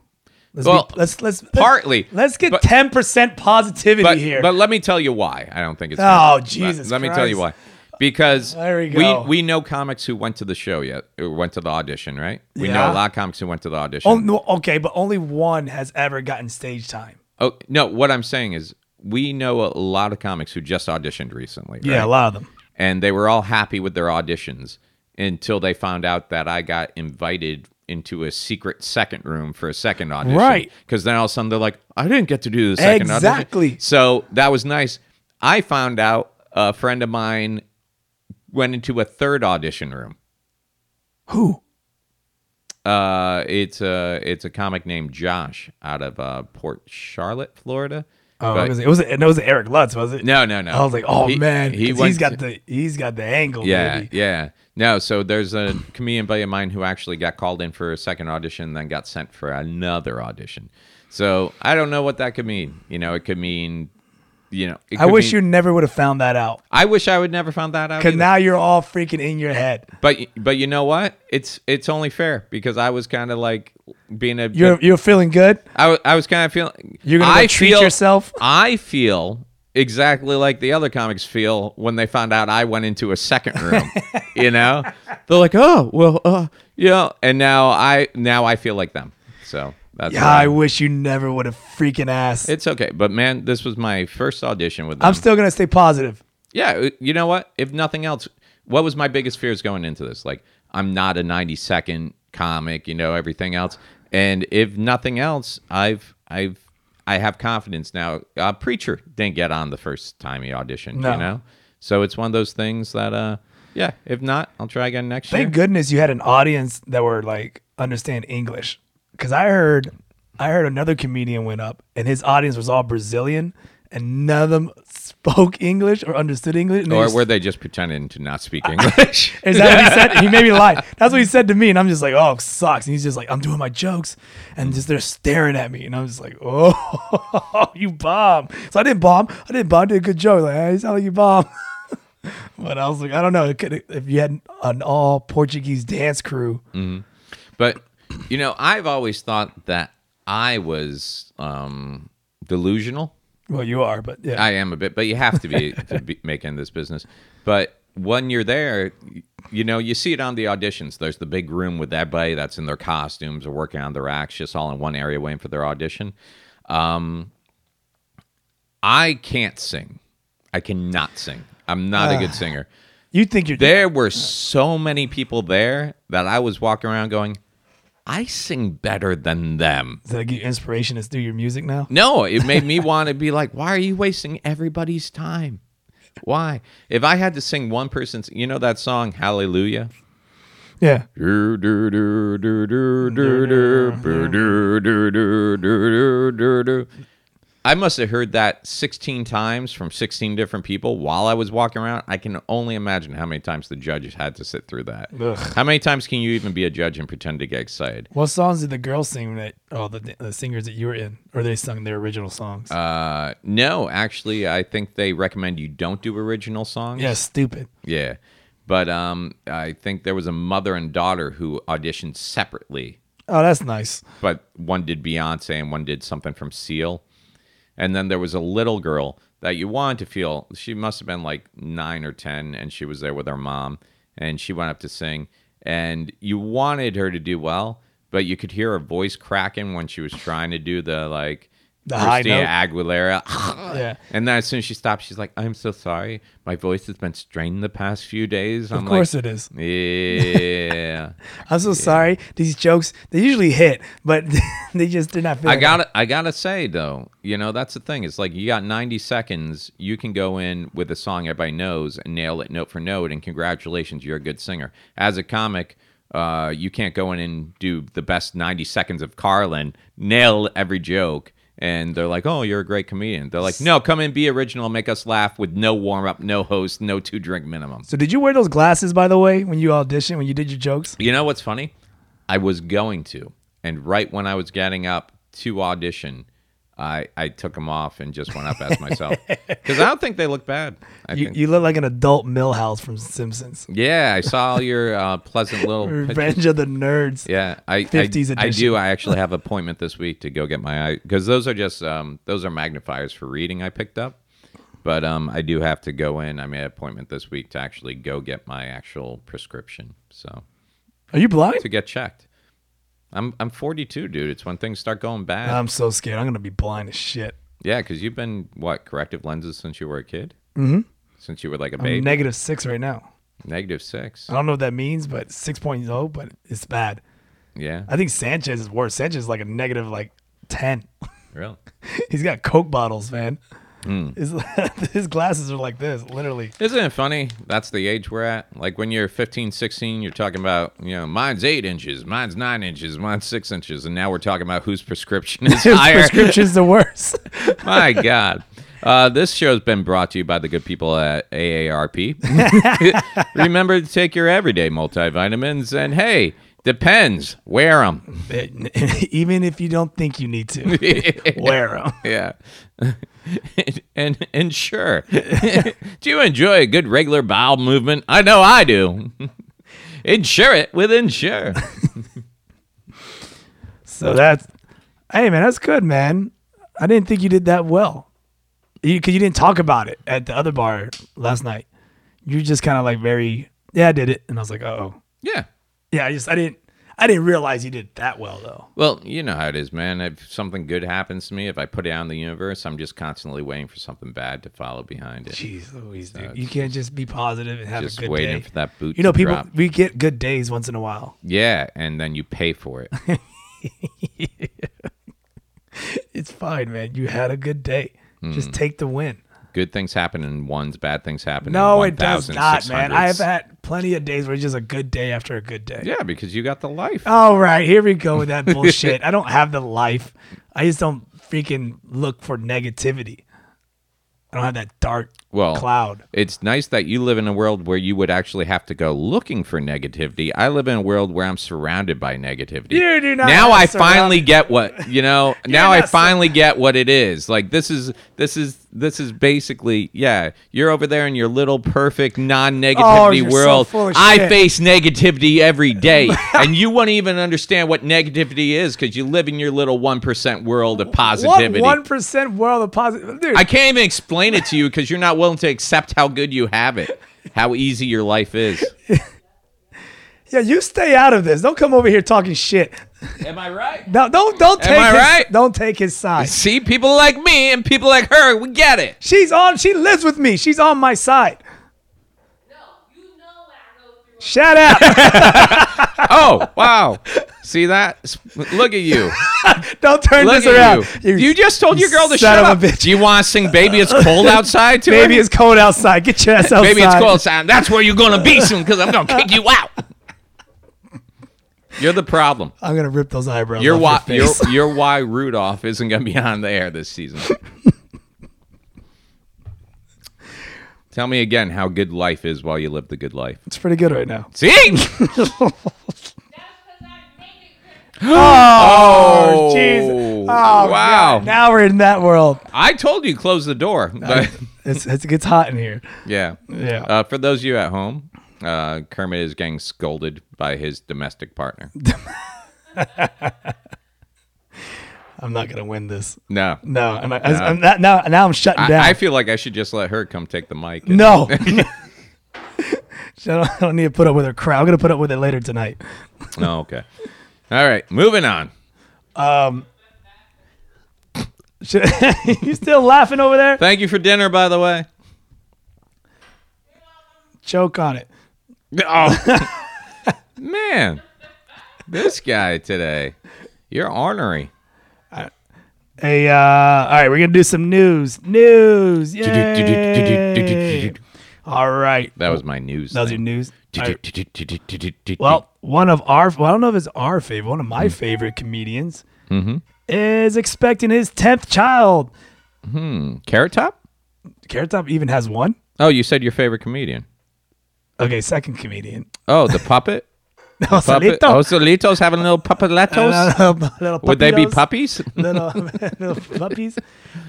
Speaker 1: Let's
Speaker 2: Well,
Speaker 1: be, let's let's
Speaker 2: partly,
Speaker 1: Let's get
Speaker 2: but-
Speaker 1: ten percent positivity
Speaker 2: but,
Speaker 1: here.
Speaker 2: But let me tell you why I don't think it's.
Speaker 1: Oh,
Speaker 2: gonna-
Speaker 1: Jesus
Speaker 2: Let, me tell you why.
Speaker 1: Christ.
Speaker 2: Because
Speaker 1: There we go.
Speaker 2: we know comics who went to the show yet, or went to the audition, right? We know
Speaker 1: Yeah.
Speaker 2: a lot of comics who went to the audition.
Speaker 1: oh no, okay, but only one has ever gotten stage time.
Speaker 2: Oh, no, what I'm saying is we know a lot of comics who just auditioned recently.
Speaker 1: Yeah,
Speaker 2: right?
Speaker 1: a lot of them.
Speaker 2: and they were all happy with their auditions until they found out that I got invited into a secret second room for a second audition.
Speaker 1: Right.
Speaker 2: Because then all of a sudden they're like, I didn't get to do the second audition.
Speaker 1: Exactly.
Speaker 2: So that was nice. I found out a friend of mine went into a third audition room.
Speaker 1: Who?
Speaker 2: Uh, it's a it's a comic named Josh out of uh, Port Charlotte, Florida.
Speaker 1: Oh,
Speaker 2: But-
Speaker 1: it was, it was and it was Eric Lutz, was it?
Speaker 2: no, no, no.
Speaker 1: I was like, oh
Speaker 2: He-
Speaker 1: man, he
Speaker 2: went
Speaker 1: has
Speaker 2: to-
Speaker 1: got the he's got the angle.
Speaker 2: Yeah,
Speaker 1: baby.
Speaker 2: yeah. No, so there's a comedian buddy of mine who actually got called in for a second audition, then got sent for another audition. So I don't know what that could mean. You know, it could mean, you know, it
Speaker 1: I
Speaker 2: could
Speaker 1: wish
Speaker 2: mean-
Speaker 1: you never would have found that out,
Speaker 2: I wish I would never found that out.
Speaker 1: because
Speaker 2: either.
Speaker 1: now you're all freaking in your head.
Speaker 2: but but you know what? It's it's only fair because I was kind of like being a
Speaker 1: You're you're feeling good.
Speaker 2: I, wa- I was kind of feeling.
Speaker 1: You're gonna go treat yourself?
Speaker 2: I feel exactly like the other comics feel when they found out I went into a second room. you know, they're like, "Oh, well, uh, yeah," and now I now I feel like them. So that's
Speaker 1: Yeah, I
Speaker 2: why.
Speaker 1: wish you never would have freaking asked.
Speaker 2: It's okay, but man, this was my first audition with them.
Speaker 1: I'm still gonna stay positive.
Speaker 2: yeah, uh, you know what? If nothing else, what was my biggest fears going into this? Like, I'm not a 90 second comic, you know, everything else. And if nothing else, I've, I've, I have confidence now. Uh, Preacher didn't get on the first time he auditioned,
Speaker 1: No.
Speaker 2: you know? So it's one of those things that, uh, Yeah. If not, I'll try again next
Speaker 1: Thank
Speaker 2: year.
Speaker 1: goodness you had an audience that were like understand English, because I heard, I heard another comedian went up and his audience was all Brazilian and none of them spoke English or understood English. and they
Speaker 2: Or
Speaker 1: just-
Speaker 2: were they just pretending to not speak English?
Speaker 1: Is that what he said? He made me lie. That's what he said to me, and I'm just like, oh, it sucks. And he's just like, I'm doing my jokes, and just they're staring at me, and I'm just like, oh, you bomb. So I didn't bomb. I didn't bomb. I did a good joke. Like, hey, you sound like you bomb. but I was like, I don't know. It could, if you had an all Portuguese dance crew,
Speaker 2: But you know, I've always thought that I was um, delusional.
Speaker 1: well, you are, but yeah,
Speaker 2: I am a bit, but you have to be to be, make in this business. But when you're there, y- you know, you see it on the auditions. There's the big room with everybody that's in their costumes or working on their acts, just all in one area waiting for their audition. Um, I can't sing. I cannot sing. I'm not a good singer.
Speaker 1: you think you're
Speaker 2: There were so many people there that I was walking around going, I sing better than them.
Speaker 1: Does that give you inspiration is through your music now?
Speaker 2: No, it made me want to be like, why are you wasting everybody's time? Why? If I had to sing one person's, you know that song, Hallelujah?
Speaker 1: Yeah,
Speaker 2: I must have heard that 16 times from 16 different people while I was walking around. I can only imagine how many times the judges had to sit through that.
Speaker 1: Ugh.
Speaker 2: How many times can you even be a judge and pretend to get excited?
Speaker 1: what songs did the girls sing that? Oh, the, the singers that you were in, or they sung their original songs?
Speaker 2: Uh, no, actually, I think they recommend you don't do original songs.
Speaker 1: yeah, stupid.
Speaker 2: Yeah. But um, I think there was a mother and daughter who auditioned separately
Speaker 1: Oh, that's nice.
Speaker 2: but one did Beyonce and one did something from Seal. And then there was a little girl that you wanted to feel. She must have been like nine or 10, and she was there with her mom, and she went up to sing. And you wanted her to do well, but you could hear her voice cracking when she was trying to do the like
Speaker 1: The high
Speaker 2: Christina
Speaker 1: note.
Speaker 2: Aguilera.
Speaker 1: Yeah.
Speaker 2: And then as soon as she stopped, she's like, I'm so sorry. My voice has been strained the past few days. I'm
Speaker 1: Of course
Speaker 2: like,
Speaker 1: it is.
Speaker 2: Yeah.
Speaker 1: I'm so sorry. These jokes they usually hit, but they just they're not.
Speaker 2: I
Speaker 1: feeling
Speaker 2: gotta, I gotta say though, you know that's the thing. It's like you got 90 seconds. You can go in with a song everybody knows and nail it note for note. And congratulations, you're a good singer. As a comic, uh, you can't go in and do the best 90 seconds of Carlin, nail every joke, and they're like, "Oh, you're a great comedian." They're like, "No, come in, be original, and make us laugh with no warm up, no host, no two drink minimum."
Speaker 1: So did you wear those glasses by the way when you auditioned when you did your jokes?
Speaker 2: You know what's funny? I was going to, and right when I was getting up to audition, I I took them off and just went up as myself because I don't think they look bad. I
Speaker 1: You,
Speaker 2: think.
Speaker 1: you look like an adult Millhouse from Simpsons.
Speaker 2: yeah, I saw all your uh, pleasant little. pictures.
Speaker 1: Revenge of the Nerds.
Speaker 2: Yeah, I,
Speaker 1: 50s
Speaker 2: I, I
Speaker 1: edition.
Speaker 2: do. I actually have appointment this week to go get my eye because those are just um, those are magnifiers for reading I picked up, but um, I do have to go in. I made an appointment this week to actually go get my actual prescription. So
Speaker 1: Are you blind?
Speaker 2: to get checked. I'm I'm 42, dude. It's when things start going bad.
Speaker 1: I'm so scared. I'm gonna be blind as shit.
Speaker 2: yeah, because you've been what corrective lenses since you were a kid.
Speaker 1: Mhm.
Speaker 2: Since you were like a
Speaker 1: I'm Um,
Speaker 2: baby.
Speaker 1: negative six right now.
Speaker 2: Negative six.
Speaker 1: I don't know what that means, but 6.0, but it's bad.
Speaker 2: Yeah.
Speaker 1: I think Sanchez is worse. Sanchez is like a negative like 10.
Speaker 2: Really.
Speaker 1: He's got Coke bottles, man. His, his glasses are like this, literally.
Speaker 2: Isn't it funny? That's the age we're at. Like when you're 15, 16, you're talking about you know mine's eight inches, mine's nine inches, mine's six inches, and now we're talking about whose prescription is
Speaker 1: His
Speaker 2: higher.
Speaker 1: prescription's the worst.
Speaker 2: My God. Uh, this show's been brought to you by the good people at AARP. Remember to take your everyday multivitamins and hey, depends, wear them.
Speaker 1: even if you don't think you need to wear them
Speaker 2: Yeah. and, and and sure. do you enjoy a good regular bowel movement? I know I do. insure it with insure.
Speaker 1: so that's hey man that's good man i didn't think you did that well you, cause you didn't talk about it at the other bar last night you were just kind of like very yeah i did it and i was like oh
Speaker 2: yeah.
Speaker 1: yeah i just i didn't i didn't realize you did that well though
Speaker 2: Well, you know how it is, man. If something good happens to me, if I put it out in the universe, I'm just constantly waiting for something bad to follow behind it.
Speaker 1: jeez louise dude you can't just be positive and have
Speaker 2: just
Speaker 1: a good
Speaker 2: waiting
Speaker 1: day
Speaker 2: for that boot
Speaker 1: you know
Speaker 2: to
Speaker 1: people
Speaker 2: drop.
Speaker 1: we get good days once in a while
Speaker 2: Yeah, and then you pay for it.
Speaker 1: it's fine man you had a good day
Speaker 2: Hmm.
Speaker 1: just take the win
Speaker 2: Good things happen in ones, bad things happen.
Speaker 1: No,
Speaker 2: in
Speaker 1: it does not, man. I have
Speaker 2: 1,600s.
Speaker 1: had plenty of days where it's just a good day after a good day.
Speaker 2: Yeah, because you got the life.
Speaker 1: All right, here we go with that bullshit. I don't have the life. I just don't freaking look for negativity. I don't have that dark
Speaker 2: well,
Speaker 1: cloud.
Speaker 2: It's nice that you live in a world where you would actually have to go looking for negativity. I live in a world where I'm surrounded by negativity.
Speaker 1: You do not
Speaker 2: Now
Speaker 1: have
Speaker 2: I
Speaker 1: surround-
Speaker 2: finally get what you know. now
Speaker 1: You're
Speaker 2: I
Speaker 1: not sur-
Speaker 2: finally get what it is. Like this is this is this is basically yeah. You're over there in your little perfect
Speaker 1: Oh,
Speaker 2: non-negativity
Speaker 1: you're so
Speaker 2: world.
Speaker 1: full of
Speaker 2: I
Speaker 1: shit.
Speaker 2: face negativity every day, and you won't even understand what negativity is because you live in your little one percent world of positivity.
Speaker 1: One percent world of positive. Dude,
Speaker 2: I can't even explain it to you because you're not willing to accept how good you have it, how easy your life is.
Speaker 1: yeah, you stay out of this. Don't come over here talking shit.
Speaker 2: Am I right?
Speaker 1: No, don't don't
Speaker 2: Am
Speaker 1: take
Speaker 2: I
Speaker 1: his,
Speaker 2: right?
Speaker 1: don't take his side.
Speaker 2: See, people like me and people like her, we get it.
Speaker 1: She's on. She lives with me. She's on my side. Shut up!
Speaker 2: Oh, wow. See that? S- Look at you.
Speaker 1: Don't turn
Speaker 2: Look
Speaker 1: this around.
Speaker 2: at you. You, just told your girl
Speaker 1: son
Speaker 2: to shut
Speaker 1: of a
Speaker 2: up.
Speaker 1: bitch.
Speaker 2: Do you want to sing Baby It's Cold Outside to
Speaker 1: Baby,
Speaker 2: her?
Speaker 1: it's cold outside. Get your ass outside.
Speaker 2: Baby It's Cold Outside. That's where you're going to be soon because I'm going to kick you out. You're the problem.
Speaker 1: I'm gonna rip those eyebrows.
Speaker 2: Your
Speaker 1: off
Speaker 2: why,
Speaker 1: your
Speaker 2: your,
Speaker 1: face.
Speaker 2: your why Rudolph isn't going to be on the air this season. Tell me again how good life is while you live the good life.
Speaker 1: It's pretty good right now.
Speaker 2: See?
Speaker 1: Oh, jeez. Oh,
Speaker 2: wow.
Speaker 1: God. Now we're in that world.
Speaker 2: I told you close the door. But
Speaker 1: It's, it's, it gets hot in here.
Speaker 2: yeah.
Speaker 1: Yeah.
Speaker 2: Uh, for those of you at home, uh, Kermit is getting scolded by his domestic partner.
Speaker 1: I'm not gonna win this.
Speaker 2: No.
Speaker 1: No, and I, I, am not, now now I'm shutting down.
Speaker 2: uh, I, I feel like I should just let her come take the mic. and-
Speaker 1: no. So I, don't, I don't need to put up with her crowd. I'm gonna put up with it later tonight.
Speaker 2: Oh, okay. All right. Moving on.
Speaker 1: Should, you still laughing over there?
Speaker 2: Thank you for dinner, by the way.
Speaker 1: Choke on it.
Speaker 2: Oh. Man, this guy today, you're ornery.
Speaker 1: Hey, uh, all right, we're gonna do some news. News. Yay. All right.
Speaker 2: That was my news.
Speaker 1: That was your
Speaker 2: thing.
Speaker 1: news. All right. Well, one of our, well, I don't know if it's our favorite, one of
Speaker 2: Hmm.
Speaker 1: my favorite comedians
Speaker 2: Mm-hmm.
Speaker 1: is expecting his 10th child.
Speaker 2: Carrot Top?
Speaker 1: Carrot Top even has one?
Speaker 2: Oh, you said your favorite comedian.
Speaker 1: Okay, second comedian.
Speaker 2: Oh, the puppet?
Speaker 1: No,
Speaker 2: puppet? Oh,
Speaker 1: Solito.
Speaker 2: Solitos having little puppetletos?
Speaker 1: Uh, little
Speaker 2: Would they be
Speaker 1: puppitos.
Speaker 2: puppies?
Speaker 1: little, little puppies?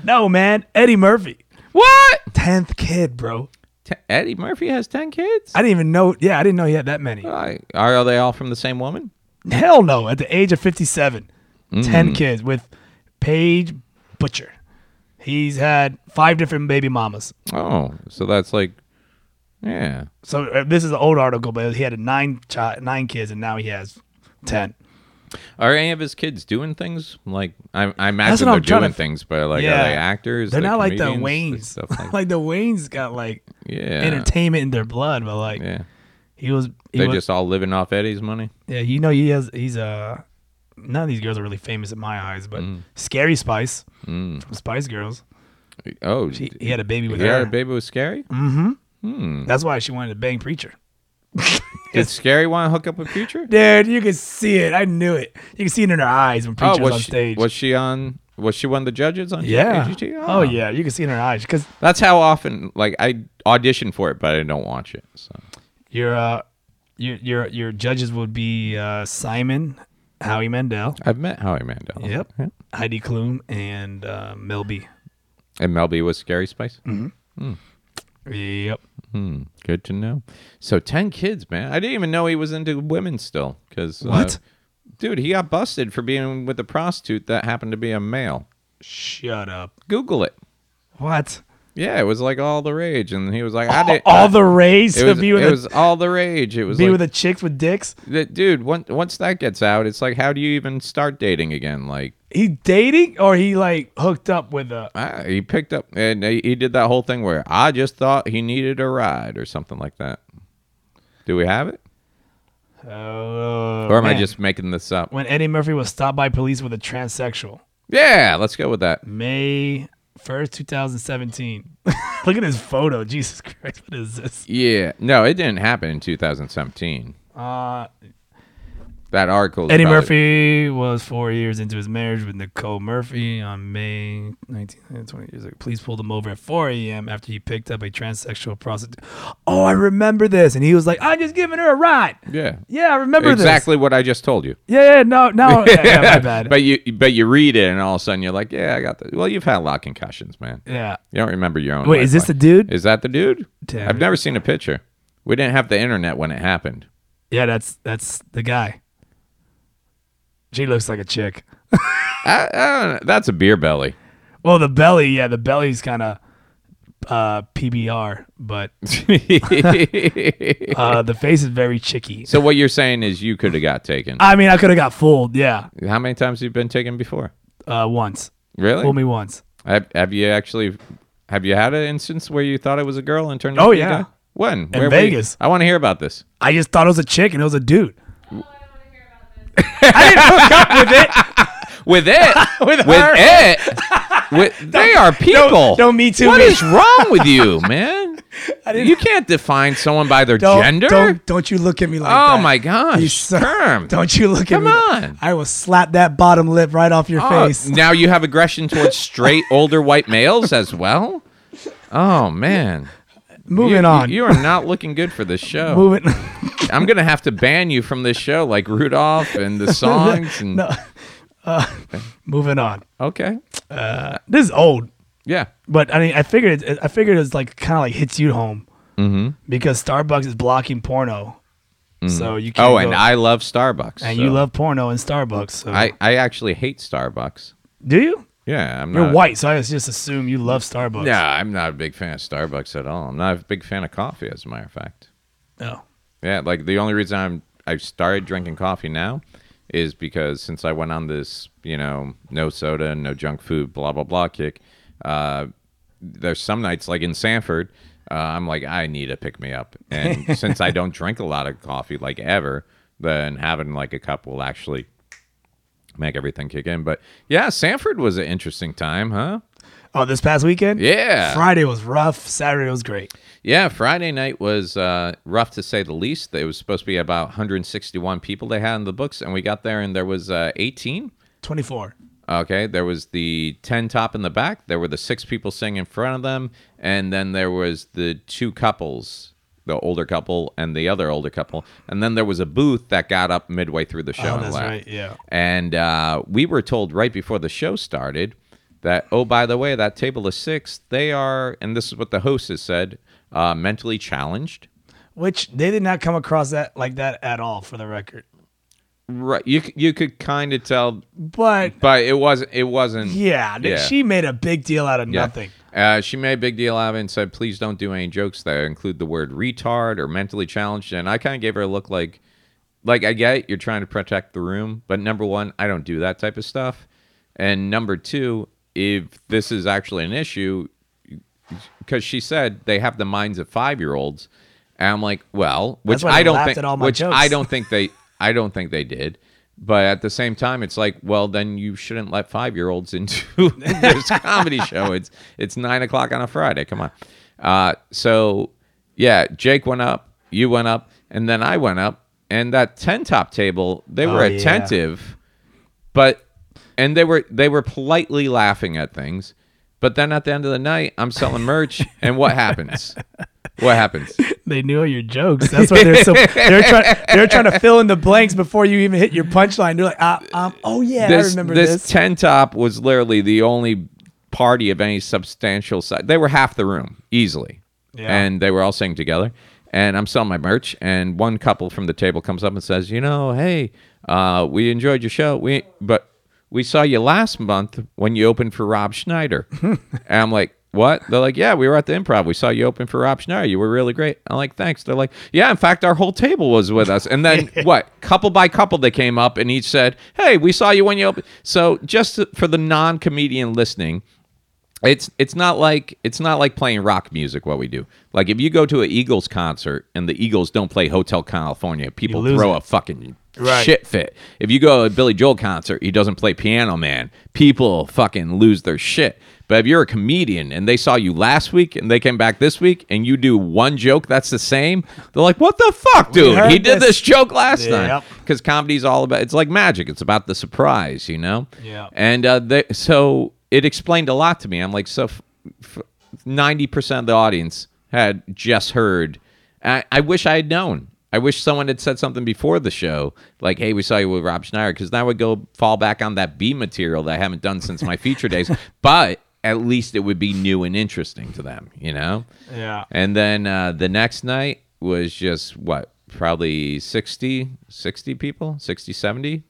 Speaker 1: No, man. Eddie Murphy.
Speaker 2: what?
Speaker 1: 10th kid, bro.
Speaker 2: T- Eddie Murphy has 10 kids?
Speaker 1: I didn't even know. Yeah, I didn't know he had that many.
Speaker 2: I- are they all from the same woman?
Speaker 1: Hell no. At the age of 57,
Speaker 2: Mm.
Speaker 1: 10 kids with Paige Butcher. He's had five different baby mamas.
Speaker 2: Oh, so that's like, yeah.
Speaker 1: So uh, this is an old article, but he had a nine child, nine kids, and now he has ten.
Speaker 2: Are any of his kids doing things? Like I, I imagine
Speaker 1: what
Speaker 2: they're
Speaker 1: I'm trying
Speaker 2: doing
Speaker 1: to-
Speaker 2: things, but like
Speaker 1: Yeah.
Speaker 2: are they actors?
Speaker 1: They're
Speaker 2: They
Speaker 1: not like the
Speaker 2: comedians? They
Speaker 1: Waynes.
Speaker 2: Stuff
Speaker 1: Like,
Speaker 2: like,
Speaker 1: the Waynes got like
Speaker 2: yeah,
Speaker 1: entertainment in their blood, but like
Speaker 2: yeah.
Speaker 1: he was, he
Speaker 2: They
Speaker 1: was
Speaker 2: just all living off Eddie's money.
Speaker 1: yeah. You know, he has he's uh none of these girls are really famous in my eyes, but
Speaker 2: Mm.
Speaker 1: Scary Spice from Spice Girls.
Speaker 2: Oh,
Speaker 1: He, he had a baby with
Speaker 2: Mm. he
Speaker 1: her. Mm-hmm.
Speaker 2: had a baby with Scary. Hmm.
Speaker 1: That's why she wanted to bang preacher.
Speaker 2: Did Scary want to hook up with Future?
Speaker 1: Dude, you could see it. I knew it. You can see it in her eyes when preacher's
Speaker 2: Oh, was
Speaker 1: on
Speaker 2: she,
Speaker 1: stage.
Speaker 2: was she on? Was she one of the judges on?
Speaker 1: yeah.
Speaker 2: AGT?
Speaker 1: Oh yeah, you can see it in her eyes because
Speaker 2: Ah. That's how often like I audition for it, but I don't watch it. So
Speaker 1: Your uh, your your your judges would be uh, Simon, Howie Mandel,
Speaker 2: I've met Howie Mandel.
Speaker 1: Yep.
Speaker 2: Oh, Yeah.
Speaker 1: Heidi Klum, and uh, Mel B.
Speaker 2: And Mel B was Scary Spice.
Speaker 1: Yep.
Speaker 2: Hmm, good to know. So ten kids, man. I didn't even know he was into women still. Because
Speaker 1: What?
Speaker 2: dude, he got busted for being with a prostitute that happened to be a male.
Speaker 1: Shut up.
Speaker 2: Google it.
Speaker 1: What?
Speaker 2: Yeah, it was like all the rage, and he was like, I didn't. uh,
Speaker 1: All the rays
Speaker 2: it
Speaker 1: to
Speaker 2: was,
Speaker 1: be with
Speaker 2: it
Speaker 1: a,
Speaker 2: was all the rage. It was
Speaker 1: be
Speaker 2: like,
Speaker 1: with the chicks with dicks.
Speaker 2: that- dude. Once once that gets out, it's like, how do you even start dating again? Like,
Speaker 1: He dating or he like hooked up with a.
Speaker 2: ah, he picked up and he, he did that whole thing where I just thought he needed a ride or something like that. Do we have it,
Speaker 1: Oh,
Speaker 2: or am I
Speaker 1: man.
Speaker 2: just making this up?
Speaker 1: when Eddie Murphy was stopped by police with a transsexual?
Speaker 2: Yeah, let's go with that.
Speaker 1: May First, 2017. Look at his photo. Jesus Christ, what is this?
Speaker 2: Yeah. No, it didn't happen in 2017.
Speaker 1: Uh,
Speaker 2: That article. is
Speaker 1: Eddie
Speaker 2: probably-
Speaker 1: Murphy was four years into his marriage with Nicole Murphy on May 19, 20 years ago. Police pulled him over at 4 a.m. after he picked up a transsexual prostitute. Oh, I remember this. And he was like, I'm just giving her a ride.
Speaker 2: Yeah.
Speaker 1: Yeah, I remember
Speaker 2: Exactly what I just told you.
Speaker 1: this. Yeah, yeah, no, no. Yeah, yeah, my bad.
Speaker 2: But you but you read it and all of a sudden you're like, yeah, I got that. Well, you've had a lot of concussions, man.
Speaker 1: yeah.
Speaker 2: You don't remember your own.
Speaker 1: Wait, is this the
Speaker 2: lifeline.
Speaker 1: dude?
Speaker 2: Is that the dude?
Speaker 1: Damn.
Speaker 2: I've never seen a picture. We didn't have the internet when it happened.
Speaker 1: Yeah, that's that's the guy. She looks like a chick.
Speaker 2: I, I don't know. That's a beer belly.
Speaker 1: Well, the belly, yeah, the belly's kind of uh, PBR, but uh, the face is very chicky.
Speaker 2: so what you're saying is you could have got taken.
Speaker 1: I mean, I could have got fooled. Yeah,
Speaker 2: How many times have you been taken before?
Speaker 1: uh, once.
Speaker 2: Really?
Speaker 1: Fool me once.
Speaker 2: Have, have you actually have you had an instance where you thought it was a girl and turned out
Speaker 1: Oh,
Speaker 2: to be a
Speaker 1: yeah.
Speaker 2: guy? When? In
Speaker 1: Vegas.
Speaker 2: I want to hear about this.
Speaker 1: I just thought it was a chick and it was a dude. I didn't hook up with it.
Speaker 2: With it. with
Speaker 1: her.
Speaker 2: it. With, they are people.
Speaker 1: don't Me Too
Speaker 2: What
Speaker 1: me.
Speaker 2: is wrong with you, man? You can't define someone by their
Speaker 1: Don't,
Speaker 2: gender.
Speaker 1: Don't don't you look at me like that.
Speaker 2: oh my gosh.
Speaker 1: You son-
Speaker 2: Term.
Speaker 1: Don't you look
Speaker 2: Come
Speaker 1: at me.
Speaker 2: on.
Speaker 1: I will slap that bottom lip right off your
Speaker 2: Oh,
Speaker 1: face.
Speaker 2: now you have aggression towards straight older white males as well? Oh man.
Speaker 1: Moving
Speaker 2: You- you-
Speaker 1: on.
Speaker 2: You are not looking good for this show.
Speaker 1: Moving.
Speaker 2: I'm gonna have to ban you from this show, like Rudolph and the songs. And
Speaker 1: no. Uh, moving on.
Speaker 2: okay,
Speaker 1: This is old.
Speaker 2: yeah,
Speaker 1: But I mean, I figured it, I figured it's like kind of like hits you home
Speaker 2: Mm-hmm.
Speaker 1: because Starbucks is blocking porno, so you can't.
Speaker 2: Oh,
Speaker 1: go-
Speaker 2: and I love Starbucks.
Speaker 1: and
Speaker 2: so-
Speaker 1: you love porno in Starbucks. So.
Speaker 2: I I actually hate Starbucks.
Speaker 1: do you?
Speaker 2: Yeah, I'm
Speaker 1: You're
Speaker 2: not.
Speaker 1: white, so I just assume you love Starbucks.
Speaker 2: Uh, Yeah, I'm not a big fan of Starbucks at all. I'm not a big fan of coffee, as a matter of fact.
Speaker 1: No.
Speaker 2: Yeah, like the only reason I'm I've started drinking coffee now is because since I went on this, you know, no soda, no junk food, blah blah blah kick. Uh, there's some nights like in Sanford, uh, I'm like I need a pick me up, and since I don't drink a lot of coffee like ever, then having like a cup will actually make everything kick in. But yeah, Sanford was an interesting time, huh?
Speaker 1: Oh, this past weekend.
Speaker 2: Yeah.
Speaker 1: Friday was rough. Saturday was great.
Speaker 2: Yeah, Friday night was uh, rough to say the least. It was supposed to be about 161 people they had in the books, and we got there and there was uh, 18.
Speaker 1: Twenty four.
Speaker 2: Okay, there was the 10 top in the back. There were the six people sitting in front of them, and then there was the two couples, the older couple and the other older couple, and then there was a booth that got up midway through the show.
Speaker 1: Oh,
Speaker 2: and
Speaker 1: that's
Speaker 2: left.
Speaker 1: right. Yeah.
Speaker 2: And uh, we were told right before the show started that, oh, by the way, that table of six, they are, and this is what the host has said, uh, mentally challenged.
Speaker 1: Which they did not come across that like that at all, for the record.
Speaker 2: Right, you c- you could kind of tell,
Speaker 1: But
Speaker 2: but it wasn't it wasn't.
Speaker 1: yeah, th-
Speaker 2: Yeah.
Speaker 1: she made a big deal out of
Speaker 2: Yeah.
Speaker 1: nothing.
Speaker 2: Uh, she made a big deal out of it and said, please don't do any jokes that include the word retard or mentally challenged. And I kind of gave her a look like, like I get it, you're trying to protect the room, but number one, I don't do that type of stuff, and number two, if this is actually an issue, because she said they have the minds of five year olds, and I'm like, well, which
Speaker 1: That's why they
Speaker 2: I don't
Speaker 1: laughed
Speaker 2: think,
Speaker 1: at all my
Speaker 2: which
Speaker 1: jokes.
Speaker 2: I don't think they, I don't think they did. But at the same time, it's like, well, then you shouldn't let five year olds into this comedy show. It's it's nine o'clock on a Friday. Come on. Uh, so yeah, Jake went up, you went up, and then I went up, and that ten top table, they were
Speaker 1: Oh, yeah.
Speaker 2: attentive but and they were they were politely laughing at things but then at the end of the night i'm selling merch and what happens what happens
Speaker 1: They knew your jokes. That's why they're so they're trying they're trying to fill in the blanks before you even hit your punchline. They're like, uh, um, oh yeah, I
Speaker 2: this,
Speaker 1: remember
Speaker 2: this,
Speaker 1: this.
Speaker 2: 10 top was literally the only party of any substantial size they were half the room easily
Speaker 1: Yeah.
Speaker 2: and they were all singing together and i'm selling my merch and one couple from the table comes up and says you know hey uh, we enjoyed your show we but we saw you last month when you opened for rob schneider and i'm like what they're like yeah we were at the improv we saw you open for rob schneider you were really great i'm like thanks they're like yeah in fact our whole table was with us and then what couple by couple they came up and each said hey we saw you when you opened so just for the non-comedian listening it's it's not like it's not like playing rock music what we do. Like if you go to an Eagles concert and the Eagles don't play Hotel California, people
Speaker 1: lose
Speaker 2: throw
Speaker 1: it.
Speaker 2: a fucking
Speaker 1: Right.
Speaker 2: shit fit. If you go to a Billy Joel concert, he doesn't play Piano Man, people fucking lose their shit. But if you're a comedian and they saw you last week and they came back this week and you do one joke that's the same, they're like, "What the fuck, dude?
Speaker 1: heard
Speaker 2: He did
Speaker 1: this."
Speaker 2: this joke last time."
Speaker 1: Yep.
Speaker 2: Because comedy's all about it's like magic. It's about the surprise, you know.
Speaker 1: Yeah.
Speaker 2: And uh, they, so it explained a lot to me. I'm like, so ninety percent of the audience had just heard. I, I wish I had known. I wish someone had said something before the show, like, "Hey, we saw you with Rob Schneider," because that would go fall back on that B material that I haven't done since my feature days. But at least it would be new and interesting to them, you know.
Speaker 1: Yeah.
Speaker 2: And then uh, the next night was just what, probably 60, 60 people, 60, 70,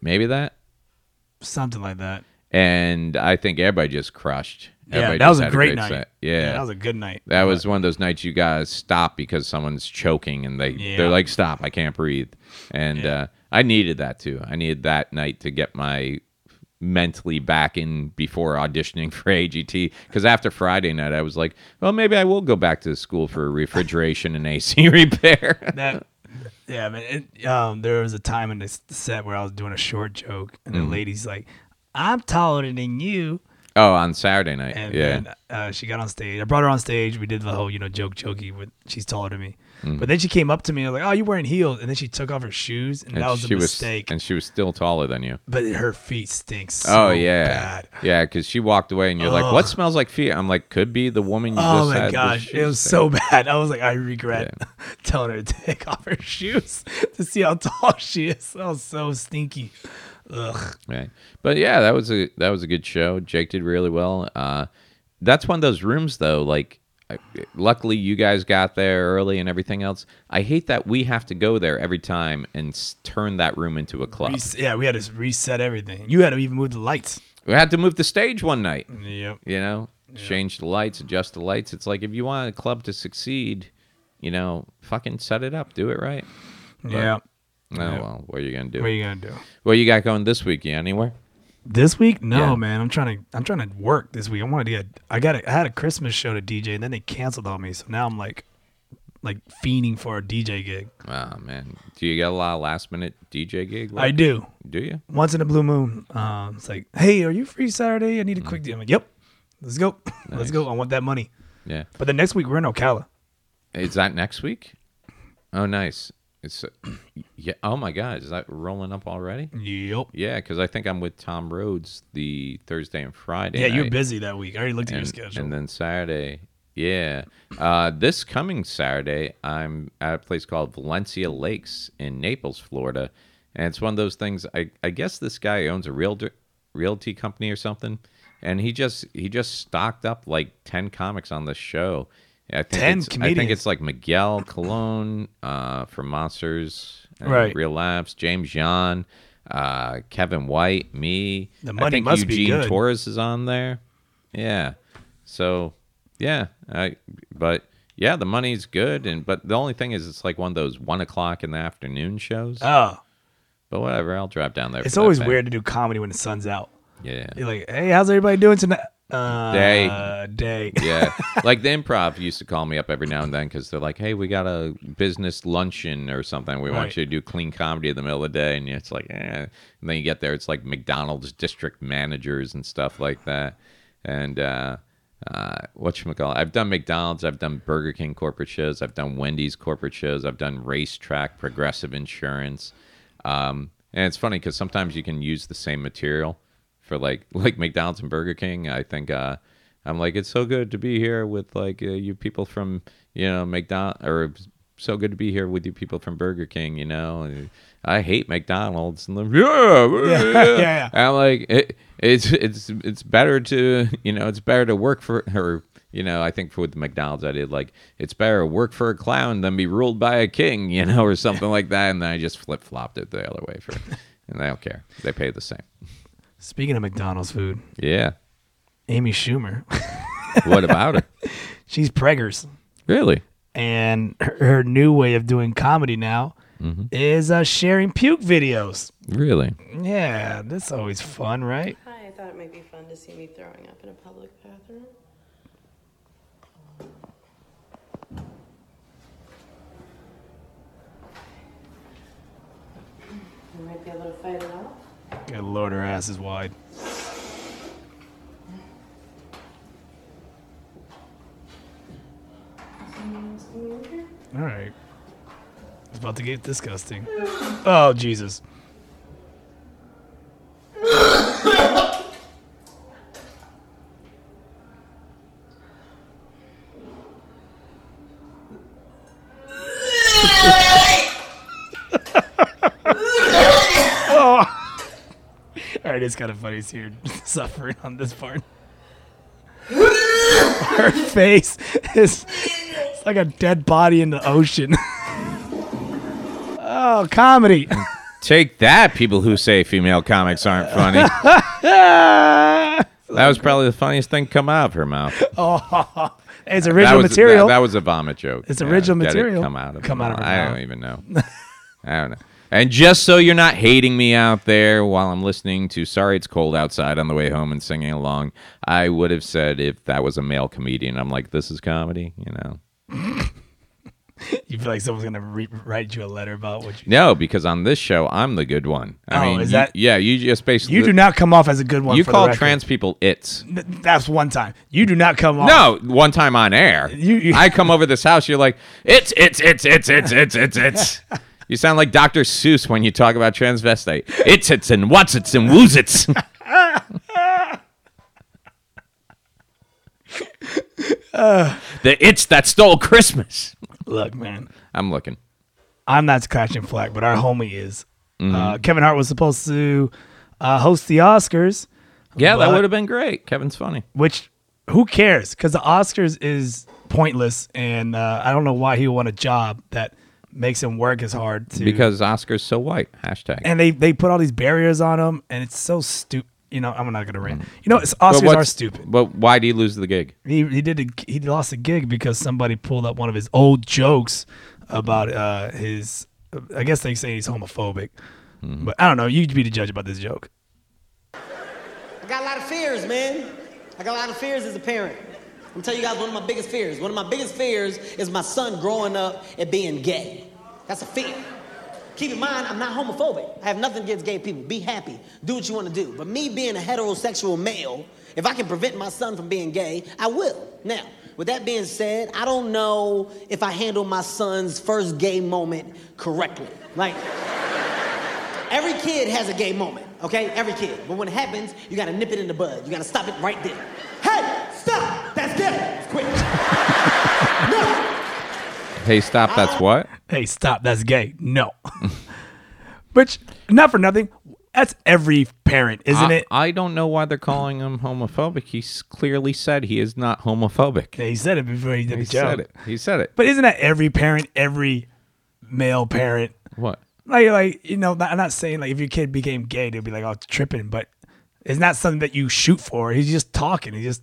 Speaker 2: maybe that
Speaker 1: Something like that.
Speaker 2: and I think everybody just crushed.
Speaker 1: Yeah,
Speaker 2: Everybody
Speaker 1: that was
Speaker 2: just
Speaker 1: a
Speaker 2: had
Speaker 1: great, night.
Speaker 2: set. Yeah.
Speaker 1: that was a good night.
Speaker 2: one of those nights you guys stop because someone's choking and they
Speaker 1: Yeah.
Speaker 2: they're like, "Stop, I can't breathe." And
Speaker 1: Yeah.
Speaker 2: uh, I needed that too. I needed that night to get my mentally back in before auditioning for AGT because after Friday night I was like, "Well, maybe I will go back to school for refrigeration and AC repair."
Speaker 1: that yeah man it, um there was a time in this set where i was doing a short joke and
Speaker 2: Mm-hmm.
Speaker 1: the lady's like i'm taller than you
Speaker 2: oh, on Saturday night.
Speaker 1: and
Speaker 2: yeah.
Speaker 1: then uh, she got on stage i brought her on stage we did the whole you know joke jokey with she's taller than me
Speaker 2: Mm-hmm.
Speaker 1: but then she came up to me and was like oh you're wearing heels and then she took off her shoes and, that was a mistake
Speaker 2: and she was still taller than you.
Speaker 1: but her feet stink so
Speaker 2: Oh yeah,
Speaker 1: bad.
Speaker 2: yeah. Because she walked away, and you're like, "What smells like feet?" I'm like, "Could be the woman you
Speaker 1: Oh
Speaker 2: just had."
Speaker 1: my
Speaker 2: the
Speaker 1: gosh, it
Speaker 2: shoes
Speaker 1: was
Speaker 2: thing."
Speaker 1: so bad. I was like, I regret
Speaker 2: Yeah.
Speaker 1: telling her to take off her shoes to see how tall she is. That was so stinky. Ugh.
Speaker 2: Right, but yeah, that was a that was a good show. Jake did really well. Uh, that's one of those rooms though. Like, I- luckily you guys got there early and everything else. I hate that we have to go there every time and s- turn that room into a club.
Speaker 1: Res- yeah, we had to reset everything. You had to even move the lights.
Speaker 2: We had to move the stage one night.
Speaker 1: Yep.
Speaker 2: you know change the lights adjust the lights it's like if you want a club to succeed you know fucking set it up do it right
Speaker 1: Yeah.
Speaker 2: no well what are you gonna do
Speaker 1: What are you gonna do?
Speaker 2: what you got going this week you anywhere
Speaker 1: This week? No,
Speaker 2: Yeah.
Speaker 1: man. I'm trying to. I'm trying to work this week. I wanted to get. I got. A, I had a Christmas show to DJ, and then they canceled on me. So now I'm like, like fiending for a DJ gig.
Speaker 2: oh man do you get a lot of last minute dj gig
Speaker 1: I
Speaker 2: left?
Speaker 1: do.
Speaker 2: do you
Speaker 1: Once in a blue moon. Um, it's like, Mm. hey, are you free Saturday? I need a quick deal. I'm like, yep. Let's go. Let's go. I want that money.
Speaker 2: yeah
Speaker 1: But then next week we're in Ocala.
Speaker 2: is that next week oh nice it's yeah oh my god is that rolling up already
Speaker 1: Yep.
Speaker 2: yeah because i think i'm with tom rhodes the thursday and friday
Speaker 1: Yeah, you're
Speaker 2: night.
Speaker 1: busy that week. I already looked at your
Speaker 2: and,
Speaker 1: schedule.
Speaker 2: and then Saturday, yeah. Uh, this coming Saturday, I'm at a place called Valencia Lakes in Naples, Florida, and it's one of those things. I, I guess this guy owns a realtor realty company or something, and he just he just stocked up like ten comics on this show. I think
Speaker 1: 10
Speaker 2: it's, I think
Speaker 1: comedians.
Speaker 2: it's like Miguel Colon uh, from Monsters, and
Speaker 1: Right.
Speaker 2: Real Labs, James John, uh, Kevin White, me.
Speaker 1: The
Speaker 2: I
Speaker 1: money
Speaker 2: think
Speaker 1: must be
Speaker 2: Eugene
Speaker 1: good.
Speaker 2: Torres is on there. Yeah. So yeah, I but yeah, the money's good, and but the only thing is, it's like one of those one o'clock in the afternoon shows.
Speaker 1: oh,
Speaker 2: but whatever, I'll drive down there. for
Speaker 1: it's
Speaker 2: that
Speaker 1: always
Speaker 2: pay.
Speaker 1: weird to do comedy when the sun's out.
Speaker 2: Yeah,
Speaker 1: You're like, hey, how's everybody doing tonight? Uh,
Speaker 2: Day.
Speaker 1: Day.
Speaker 2: yeah. Like the improv used to call me up every now and then because they're like, "Hey, we got a business luncheon or something. We want
Speaker 1: Right.
Speaker 2: you to do clean comedy in the middle of the day." And it's like, eh. and then you get there, it's like McDonald's district managers and stuff like that. And uh, uh, what you call? I've done McDonald's, I've done Burger King corporate shows, I've done Wendy's corporate shows, I've done racetrack, Progressive Insurance. Um, and it's funny because sometimes you can use the same material for like like McDonald's and Burger King. I think uh, I'm like it's so good to be here with like uh, you people from you know McDonald or so good to be here with you people from Burger King. You know, and I hate McDonald's and they're, yeah,
Speaker 1: Yeah, yeah, yeah.
Speaker 2: And I'm like it, it's it's it's better to you know it's better to work for or you know I think for with McDonald's I did like it's better to work for a clown than be ruled by a king you know or something like that and then I just flip flopped it the other way for and I don't care they pay the same
Speaker 1: Speaking of McDonald's food,
Speaker 2: yeah
Speaker 1: Amy Schumer,
Speaker 2: what about it
Speaker 1: she's preggers,
Speaker 2: really
Speaker 1: and her, her new way of doing comedy now
Speaker 2: Mm-hmm.
Speaker 1: is uh, sharing puke videos.
Speaker 2: really
Speaker 1: Yeah, that's always fun, right?
Speaker 5: Hi, I thought it might be fun to see me throwing up in a public bathroom. You might be able to fight it off.
Speaker 1: Good lord, her ass is wide. All right. It's about to get disgusting. Oh, Jesus. oh. All right, it's kind of funny to see her suffering on this part. Her face is it's like a dead body in the ocean. oh, comedy.
Speaker 2: Take that, people who say female comics aren't funny. that was probably the funniest thing come out of her mouth.
Speaker 1: It's
Speaker 2: that
Speaker 1: original
Speaker 2: was,
Speaker 1: material.
Speaker 2: That, that was a vomit joke.
Speaker 1: It's original
Speaker 2: that it
Speaker 1: material.
Speaker 2: Come out of
Speaker 1: Come
Speaker 2: her
Speaker 1: out of her
Speaker 2: mouth. I
Speaker 1: mouth.
Speaker 2: don't even know. I don't know. And just so you're not hating me out there while I'm listening to "Sorry It's Cold Outside" on the way home and singing along, I would have said if that was a male comedian, I'm like, this is comedy, you know?
Speaker 1: you feel like someone's gonna re- write you a letter about what you.
Speaker 2: No, because on this show, I'm the good one. I
Speaker 1: Oh,
Speaker 2: mean,
Speaker 1: is
Speaker 2: you-
Speaker 1: that-
Speaker 2: yeah, you just basically
Speaker 1: You do not come off as a good one.
Speaker 2: you
Speaker 1: for
Speaker 2: call
Speaker 1: the record.
Speaker 2: trans people it's.
Speaker 1: Th- That's one time. You do not come off.
Speaker 2: No, one time on air.
Speaker 1: Oh. You- you-
Speaker 2: I come over this house, you're like, it's, it's, it's, it's, it's, it's, it's, it's. You sound like Dr. Seuss when you talk about transvestite. It's, it's, and what's, it's, and woo's, it's. the it's that stole Christmas.
Speaker 1: Look, man,
Speaker 2: I'm looking.
Speaker 1: I'm not scratching flack, but our homie is.
Speaker 2: Mm-hmm.
Speaker 1: Uh, Kevin Hart was supposed to uh, host the Oscars,
Speaker 2: Yeah, that
Speaker 1: But-
Speaker 2: would have been great. Kevin's funny.
Speaker 1: which who cares? Because the Oscars is pointless, and uh, I don't know why he would want a job that makes him work as hard to
Speaker 2: Because Oscar's so white. Hashtag.
Speaker 1: and they they put all these barriers on them, and it's so stupid. You know, I'm not gonna rant. You know, it's,
Speaker 2: Mm-hmm. But
Speaker 1: Oscars are
Speaker 2: what's-
Speaker 1: stupid.
Speaker 2: But why do you lose the gig?
Speaker 1: He he did a, he lost a gig because somebody pulled up one of his old jokes about uh his. I guess they say he's homophobic,
Speaker 2: Mm-hmm.
Speaker 1: but I don't know. You'd be the judge about this joke.
Speaker 6: I got a lot of fears, man. I got a lot of fears as a parent. I'm telling you guys one of my biggest fears. One of my biggest fears is my son growing up and being gay. That's a fear. Keep in mind, I'm not homophobic. I have nothing against gay people. Be happy. Do what you want to do. But me being a heterosexual male, if I can prevent my son from being gay, I will. Now, with that being said, I don't know if I handle my son's first gay moment correctly. Like, Every kid has a gay moment, okay? Every kid. But when it happens, you gotta nip it in the bud. You gotta stop it right there. Hey, stop! That's gay! It's quick. no!
Speaker 2: Hey, stop. That's what?
Speaker 1: Hey, stop! That's gay. No, which not for nothing. That's every parent, isn't
Speaker 2: I,
Speaker 1: it?
Speaker 2: I don't know why they're calling him homophobic. He's clearly said he is not homophobic.
Speaker 1: Yeah, he said it before he did
Speaker 2: He
Speaker 1: the joke.
Speaker 2: said it. He said it.
Speaker 1: But isn't that every parent, every male parent?
Speaker 2: What?
Speaker 1: like like you know not, i'm not saying like if your kid became gay they'd be like oh tripping but it's not something that you shoot for he's just talking he just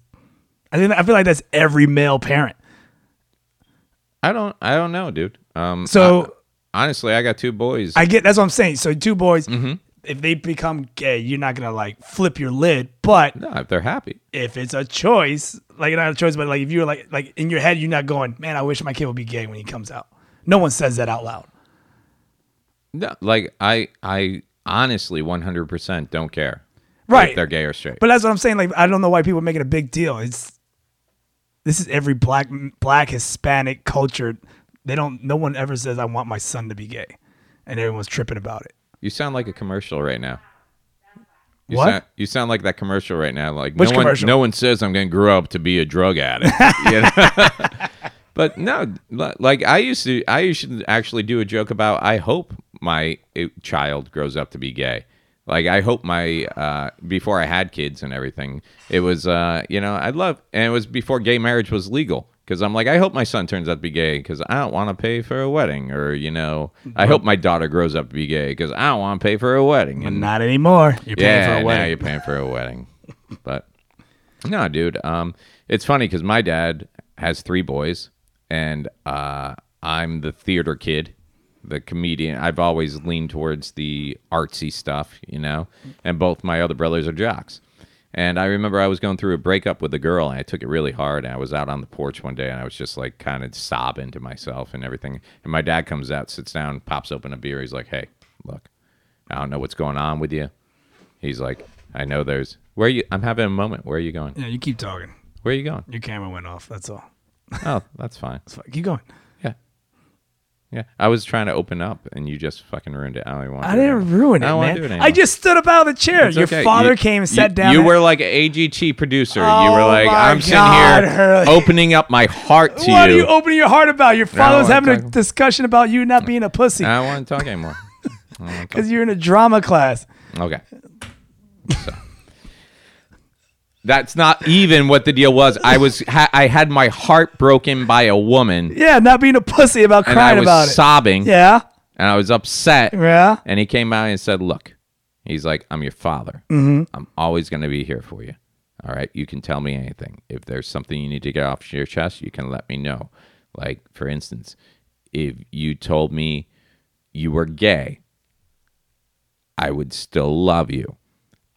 Speaker 1: i think i feel like that's every male parent
Speaker 2: I don't. I don't know, dude. Um.
Speaker 1: so
Speaker 2: I- honestly, I got two boys.
Speaker 1: i get that's what i'm saying so two boys if they become gay you're not gonna like flip your lid but
Speaker 2: no, if they're happy.
Speaker 1: if it's a choice like you're not a choice but like if you're like like in your head you're not going man i wish my kid would be gay when he comes out no one says that out loud
Speaker 2: No, like I. I honestly, one hundred percent, don't care.
Speaker 1: Right.
Speaker 2: If they're gay or straight.
Speaker 1: But that's what I'm saying. Like, I don't know why people are making a big deal. It's this is every black, black, Hispanic culture. They don't. No one ever says I want my son to be gay, and everyone's tripping about it.
Speaker 2: you sound like a commercial right now. You
Speaker 1: What?
Speaker 2: Sound, you sound like that commercial right now. Like
Speaker 1: Which
Speaker 2: no one,
Speaker 1: commercial?
Speaker 2: no one says I'm going to grow up to be a drug addict. you know? but no, li- like I used to, I used to actually do a joke about. I hope my eh, child grows up to be gay. Like I hope my uh, before I had kids and everything, it was uh, you know I love and it was before gay marriage was legal because I'm like I hope my son turns out to be gay because I don't want to pay for a wedding or you know I hope my daughter grows up to be gay because I don't want to pay for a wedding and
Speaker 1: Not anymore. You're paying for a
Speaker 2: now
Speaker 1: wedding.
Speaker 2: you're paying for a wedding. but no, dude. Um, it's funny because my dad has three boys, and uh, I'm the theater kid, the comedian. I've always leaned towards the artsy stuff, you know. And both my other brothers are jocks. And I remember I was going through a breakup with a girl, and I took it really hard. And I was out on the porch one day, and I was just like kind of sobbing to myself and everything. And my dad comes out, sits down, pops open a beer. He's like, "Hey, look, I don't know what's going on with you." He's like, I know there's where you. I'm having a moment. Where are you going?
Speaker 1: yeah, you keep talking.
Speaker 2: Where are you going?
Speaker 1: Your camera went off. That's all.
Speaker 2: Oh, that's fine.
Speaker 1: That's fine. Keep going.
Speaker 2: Yeah. Yeah, I was trying to open up, and you just fucking ruined it. I don't even want.
Speaker 1: I didn't ruin it,
Speaker 2: I don't wanna
Speaker 1: man.
Speaker 2: do it anymore.
Speaker 1: I just stood up out of the chair.
Speaker 2: It's
Speaker 1: Your
Speaker 2: okay.
Speaker 1: father
Speaker 2: You-
Speaker 1: came and
Speaker 2: you-
Speaker 1: sat down.
Speaker 2: You
Speaker 1: there.
Speaker 2: were like AGT producer. you were
Speaker 1: Oh
Speaker 2: like,
Speaker 1: my
Speaker 2: I'm
Speaker 1: God,
Speaker 2: sitting here
Speaker 1: Hurley."
Speaker 2: opening up my heart to
Speaker 1: What are
Speaker 2: you.
Speaker 1: you opening your heart about? Your father was
Speaker 2: I
Speaker 1: having a
Speaker 2: talk-
Speaker 1: discussion about you not being a pussy
Speaker 2: I don't want to talk anymore. I don't wanna talk.
Speaker 1: because you're in a drama class.
Speaker 2: Okay. So. That's not even what the deal was. I was ha- I had my heart broken by a woman,
Speaker 1: Yeah, not being a pussy about
Speaker 2: and I
Speaker 1: crying
Speaker 2: was
Speaker 1: about it.
Speaker 2: sobbing,
Speaker 1: Yeah,
Speaker 2: and I was upset.
Speaker 1: yeah.
Speaker 2: And he came out and said, Look, he's like, I'm your father. Mm-hmm. I'm always going to be here for you. All right. You can tell me anything. If there's something you need to get off your chest, you can let me know. Like, for instance, if you told me you were gay, I would still love you.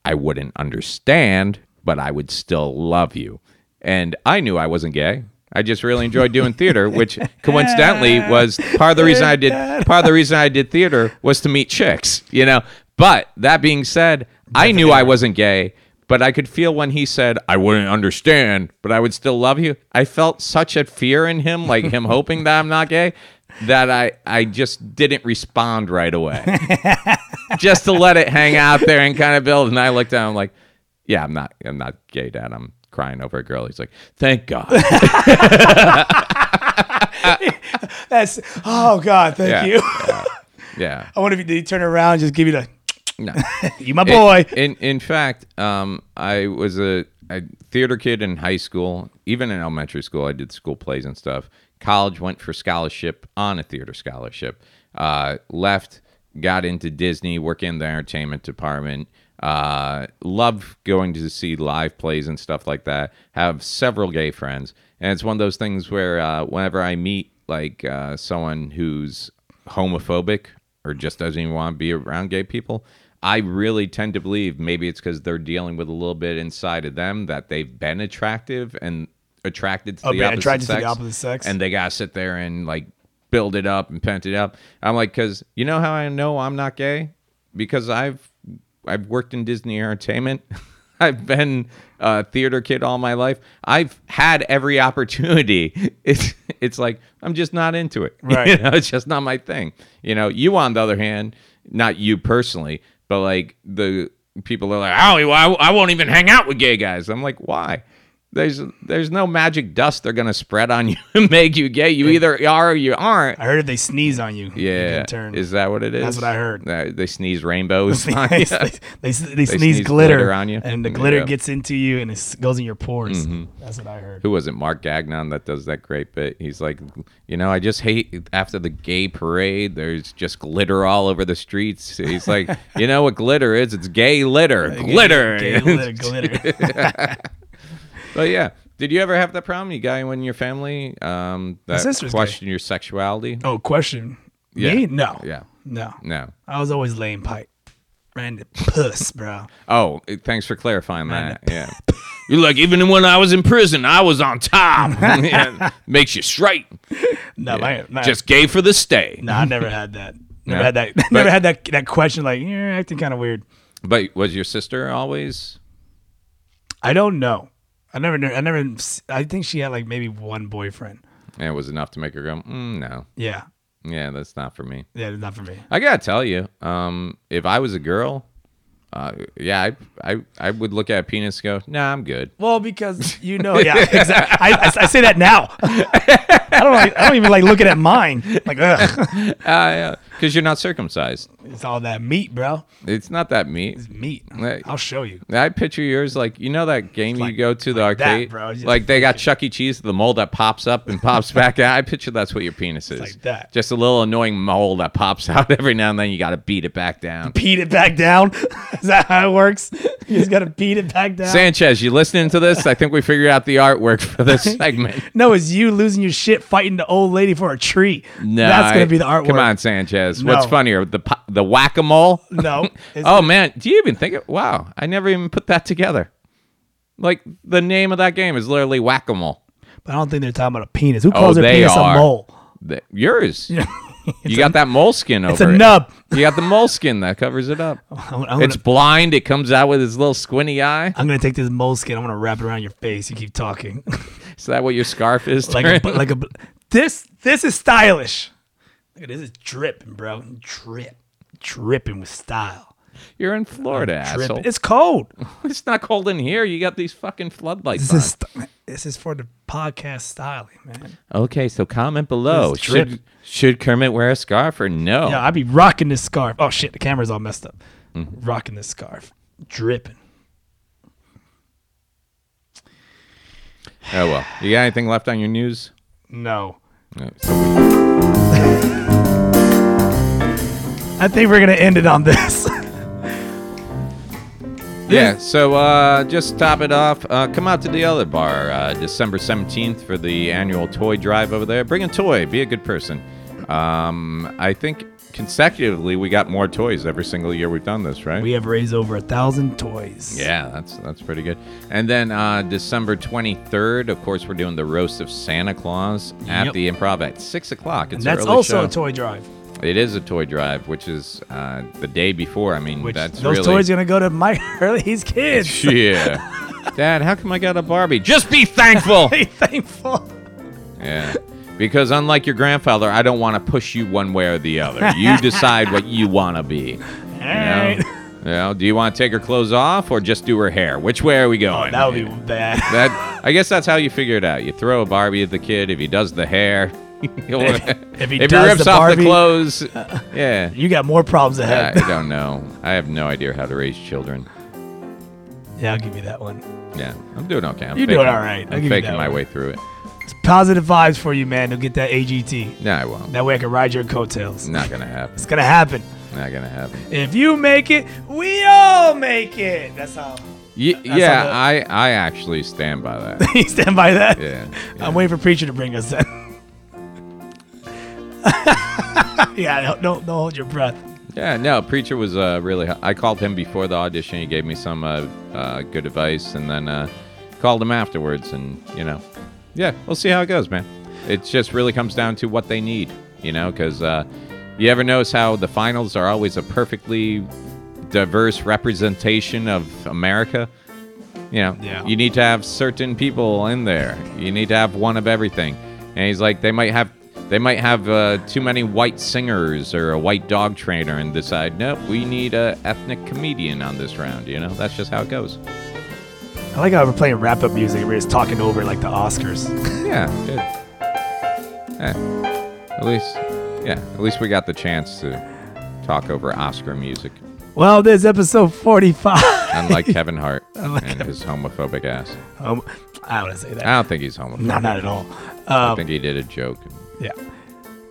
Speaker 2: I wouldn't understand, but I would still love you. And I knew I wasn't gay. I just really enjoyed doing theater, which coincidentally was part of the reason I did part of the reason I did theater was to meet chicks, you know. But that being said, I knew I wasn't gay, but I could feel when he said, I wouldn't understand, but I would still love you. I felt such a fear in him, like him hoping that I'm not gay, that I, I just didn't respond right away just to let it hang out there and kind of build. And I looked down, I'm like, yeah, I'm not, I'm not gay, Dad. I'm crying over a girl. He's like, thank God.
Speaker 1: That's oh god, thank
Speaker 2: Yeah.
Speaker 1: you.
Speaker 2: yeah. Yeah.
Speaker 1: I wonder if he did he turn around and just give you the
Speaker 2: No.
Speaker 1: you my
Speaker 2: In-
Speaker 1: boy.
Speaker 2: In, in fact, um, I was a, a theater kid in high school, even in elementary school. I did school plays and stuff. College went for scholarship on a theater scholarship. Uh, left, got into Disney, working in the entertainment department. Uh, love going to see live plays and stuff like that. Have several gay friends, and it's one of those things where uh, whenever I meet like uh, someone who's homophobic or just doesn't even want to be around gay people. I really tend to believe maybe it's because they're dealing with a little bit inside of them that they've been attractive and attracted to,
Speaker 1: Oh,
Speaker 2: the,
Speaker 1: been
Speaker 2: opposite
Speaker 1: attracted to the
Speaker 2: sex,
Speaker 1: opposite sex.
Speaker 2: and they gotta sit there and like build it up and pent it up. I'm like, because you know how I know I'm not gay because I've I've worked in Disney Entertainment. I've been a theater kid all my life. I've had every opportunity. It's it's like I'm just not into it. You
Speaker 1: Right.
Speaker 2: know? it's just not my thing. You know, you on the other hand, not you personally, but like the people are like, oh, I, I won't even hang out with gay guys. I'm like, why? There's there's no magic dust they're gonna spread on you and make you gay. You either are or you aren't.
Speaker 1: I heard if they sneeze on you, you
Speaker 2: Yeah,
Speaker 1: can turn.
Speaker 2: is that what it is?
Speaker 1: That's what I heard.
Speaker 2: Uh, they sneeze rainbows. on
Speaker 1: they,
Speaker 2: you.
Speaker 1: they, they sneeze
Speaker 2: sneeze
Speaker 1: glitter,
Speaker 2: glitter on you.
Speaker 1: and the
Speaker 2: Yeah. Mm-hmm.
Speaker 1: glitter gets into you and it s- goes in your pores. That's what I heard.
Speaker 2: who was it? Mark Gagnon that does that great bit. He's like, you know, I just hate after the gay parade. There's just glitter all over the streets. He's like, you know what glitter is? It's gay litter, glitter.
Speaker 1: Gay glitter, glitter.
Speaker 2: but yeah, did you ever have that problem? You got anyone in your family um, that
Speaker 1: sister's gay.
Speaker 2: questioned your sexuality?
Speaker 1: oh, question.
Speaker 2: Yeah.
Speaker 1: Me? No.
Speaker 2: Yeah.
Speaker 1: No.
Speaker 2: No.
Speaker 1: I was always laying pipe. Ran to puss, bro.
Speaker 2: Oh, thanks for clarifying that. Yeah. You're like, even when I was in prison, I was on top. Yeah. Makes you straight.
Speaker 1: No, my, my,
Speaker 2: Just gay for the stay.
Speaker 1: No, I never had that. Never
Speaker 2: No.
Speaker 1: had that.
Speaker 2: But-
Speaker 1: never had that that question. Like you're acting kind of weird.
Speaker 2: But was your sister always
Speaker 1: I don't know. I never. knew- I never. I think she had like maybe one boyfriend.
Speaker 2: And it was enough to make her go, mm, no,
Speaker 1: Yeah.
Speaker 2: yeah, that's not for me.
Speaker 1: Yeah, not for me.
Speaker 2: I gotta tell you, um, if I was a girl, uh, yeah, I, I, I would look at a penis and go, nah, I'm good.
Speaker 1: Well, because you know, yeah, exactly. I, I, I say that now. I don't. Like, I don't even like looking at mine. Like, ugh,
Speaker 2: Because you're not circumcised.
Speaker 1: it's all that meat, bro.
Speaker 2: It's not that meat.
Speaker 1: Meat.
Speaker 2: Like-
Speaker 1: I'll show you.
Speaker 2: I picture yours like you know that game
Speaker 1: like-
Speaker 2: you go to the
Speaker 1: like that,
Speaker 2: arcade,
Speaker 1: bro. It's just
Speaker 2: like they got Chuck E. Cheese, the mold that pops up and pops back out. I picture that's what your penis is,
Speaker 1: like that.
Speaker 2: just a little annoying mole that pops out every now and then. You got to beat it back down.
Speaker 1: Beat it back down. Is that how it works? You just gotta beat it back down.
Speaker 2: Sanchez, you listening to this? I think we figured out the artwork for this segment.
Speaker 1: no, it's you losing your shit fighting the old lady for a tree.
Speaker 2: No,
Speaker 1: that's
Speaker 2: I-
Speaker 1: gonna be the artwork.
Speaker 2: Come on, Sanchez. What's
Speaker 1: No.
Speaker 2: funnier, the po- the whack a mole?
Speaker 1: No. it's-
Speaker 2: oh man, do you even think it? Wow, I never even put that together. Like the name of that game is literally whack a mole.
Speaker 1: But I don't think they're talking about a penis. Who
Speaker 2: Oh,
Speaker 1: calls their
Speaker 2: they
Speaker 1: penis
Speaker 2: are.
Speaker 1: a mole?
Speaker 2: The- yours. you got that mole skin over
Speaker 1: It's a
Speaker 2: it.
Speaker 1: nub.
Speaker 2: You got the mole skin that covers it up.
Speaker 1: I'm, I'm
Speaker 2: it's
Speaker 1: gonna,
Speaker 2: blind. It comes out with his little squinty eye.
Speaker 1: I'm gonna take this moleskin. I'm gonna wrap it around your face. You keep talking
Speaker 2: Is that what your scarf is?
Speaker 1: like a,
Speaker 2: Taryn?
Speaker 1: like a. This this is stylish. Look at this. It's dripping, bro. Drip. Dripping with style.
Speaker 2: You're in Florida, asshole.
Speaker 1: Dripping. It's cold.
Speaker 2: It's not cold in here. You got these fucking floodlights
Speaker 1: This
Speaker 2: on.
Speaker 1: is, st- this is for the podcast styling, man.
Speaker 2: Okay, so comment below.
Speaker 1: This drip.
Speaker 2: Should should Kermit wear a scarf or no?
Speaker 1: Yeah, I'd be rocking this scarf. Oh, shit. The camera's all messed up.
Speaker 2: Mm-hmm.
Speaker 1: Rocking this scarf. Dripping.
Speaker 2: Oh well. You got anything left on your news?
Speaker 1: No.
Speaker 2: No, so-
Speaker 1: I think we're going to end it on this.
Speaker 2: yeah. So uh, just to top it off. Uh, come out to the other bar uh, December seventeenth for the annual toy drive over there. Bring a toy. Be a good person. Um, I think consecutively we got more toys every single year we've done this, right?
Speaker 1: we have raised over a thousand toys.
Speaker 2: Yeah, that's that's pretty good. And then uh, December twenty third, of course, we're doing the roast of Santa Claus at
Speaker 1: Yep.
Speaker 2: the Improv at six o'clock. It's
Speaker 1: And
Speaker 2: an
Speaker 1: that's
Speaker 2: early
Speaker 1: also
Speaker 2: show.
Speaker 1: a toy drive.
Speaker 2: It is a toy drive, which is uh, the day before. I mean,
Speaker 1: Which
Speaker 2: that's
Speaker 1: those
Speaker 2: really
Speaker 1: toys gonna go to Mike Hurley's kids.
Speaker 2: yeah. Dad, how come I got a Barbie? Just be thankful.
Speaker 1: Be thankful.
Speaker 2: yeah. Because unlike your grandfather, I don't want to push you one way or the other. You decide what you want to
Speaker 1: All
Speaker 2: be. You know?
Speaker 1: right.
Speaker 2: You know, do you want to take her clothes off or just do her hair? Which way are we going?
Speaker 1: Oh, That would
Speaker 2: You know?
Speaker 1: be bad.
Speaker 2: That I guess that's how you figure it out. You throw a Barbie at the kid if he does the hair.
Speaker 1: if he does
Speaker 2: rips
Speaker 1: the
Speaker 2: off the
Speaker 1: Barbie-
Speaker 2: clothes, yeah.
Speaker 1: You got more problems
Speaker 2: I
Speaker 1: ahead.
Speaker 2: I don't know. I have no idea how to raise children.
Speaker 1: yeah, I'll give you that one.
Speaker 2: Yeah, I'm doing okay. I'm
Speaker 1: You're
Speaker 2: faking,
Speaker 1: doing all right. I'll
Speaker 2: I'm
Speaker 1: give you
Speaker 2: faking
Speaker 1: that
Speaker 2: my
Speaker 1: one.
Speaker 2: way through it.
Speaker 1: It's positive vibes for you, man. To get that AGT.
Speaker 2: No, I won't.
Speaker 1: That way I can ride your coattails.
Speaker 2: Not gonna happen.
Speaker 1: It's gonna happen.
Speaker 2: Not gonna happen.
Speaker 1: If you make it, we all make it. That's how.
Speaker 2: Ye-
Speaker 1: all
Speaker 2: yeah,
Speaker 1: good.
Speaker 2: I I actually stand by that.
Speaker 1: you stand by that.
Speaker 2: Yeah.
Speaker 1: I'm waiting for preacher to bring us in. yeah, don't, don't don't hold your breath.
Speaker 2: Yeah, no, Preacher was uh, really. I called him before the audition. He gave me some uh, uh, good advice, and then uh, called him afterwards. And you know, yeah, we'll see how it goes, man. It just really comes down to what they need, you know, because uh, you ever notice how the finals are always a perfectly diverse representation of America. You know,
Speaker 1: Yeah.
Speaker 2: you need to have certain people in there. You need to have one of everything. And he's like, they might have, they might have uh, too many white singers or a white dog trainer, and decide, nope, we need a ethnic comedian on this round. You know, that's just how it goes.
Speaker 1: I like how we're playing wrap up music. We're just talking over like the Oscars.
Speaker 2: Yeah, good. Yeah. At least, yeah, at least we got the chance to talk over Oscar music,
Speaker 1: Well, this is episode 45.
Speaker 2: unlike Kevin Hart
Speaker 1: Unlike
Speaker 2: and
Speaker 1: Kevin-
Speaker 2: his homophobic ass.
Speaker 1: Um, I don't want to say that.
Speaker 2: I don't think he's homophobic.
Speaker 1: No, not at all.
Speaker 2: I
Speaker 1: Um,
Speaker 2: think he did a joke.
Speaker 1: yeah.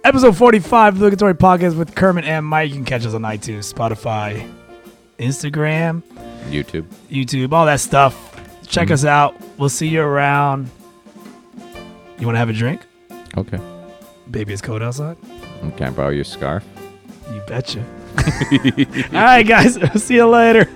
Speaker 1: Episode 45 of the Obligatory Podcast with Kermit and Mike. You can catch us on iTunes, Spotify, Instagram,
Speaker 2: YouTube.
Speaker 1: YouTube, all that stuff. Check us out. We'll see you around. You want to have a drink?
Speaker 2: Okay.
Speaker 1: Baby, it's cold outside.
Speaker 2: Can I borrow your scarf?
Speaker 1: You betcha. all right, guys. see you later.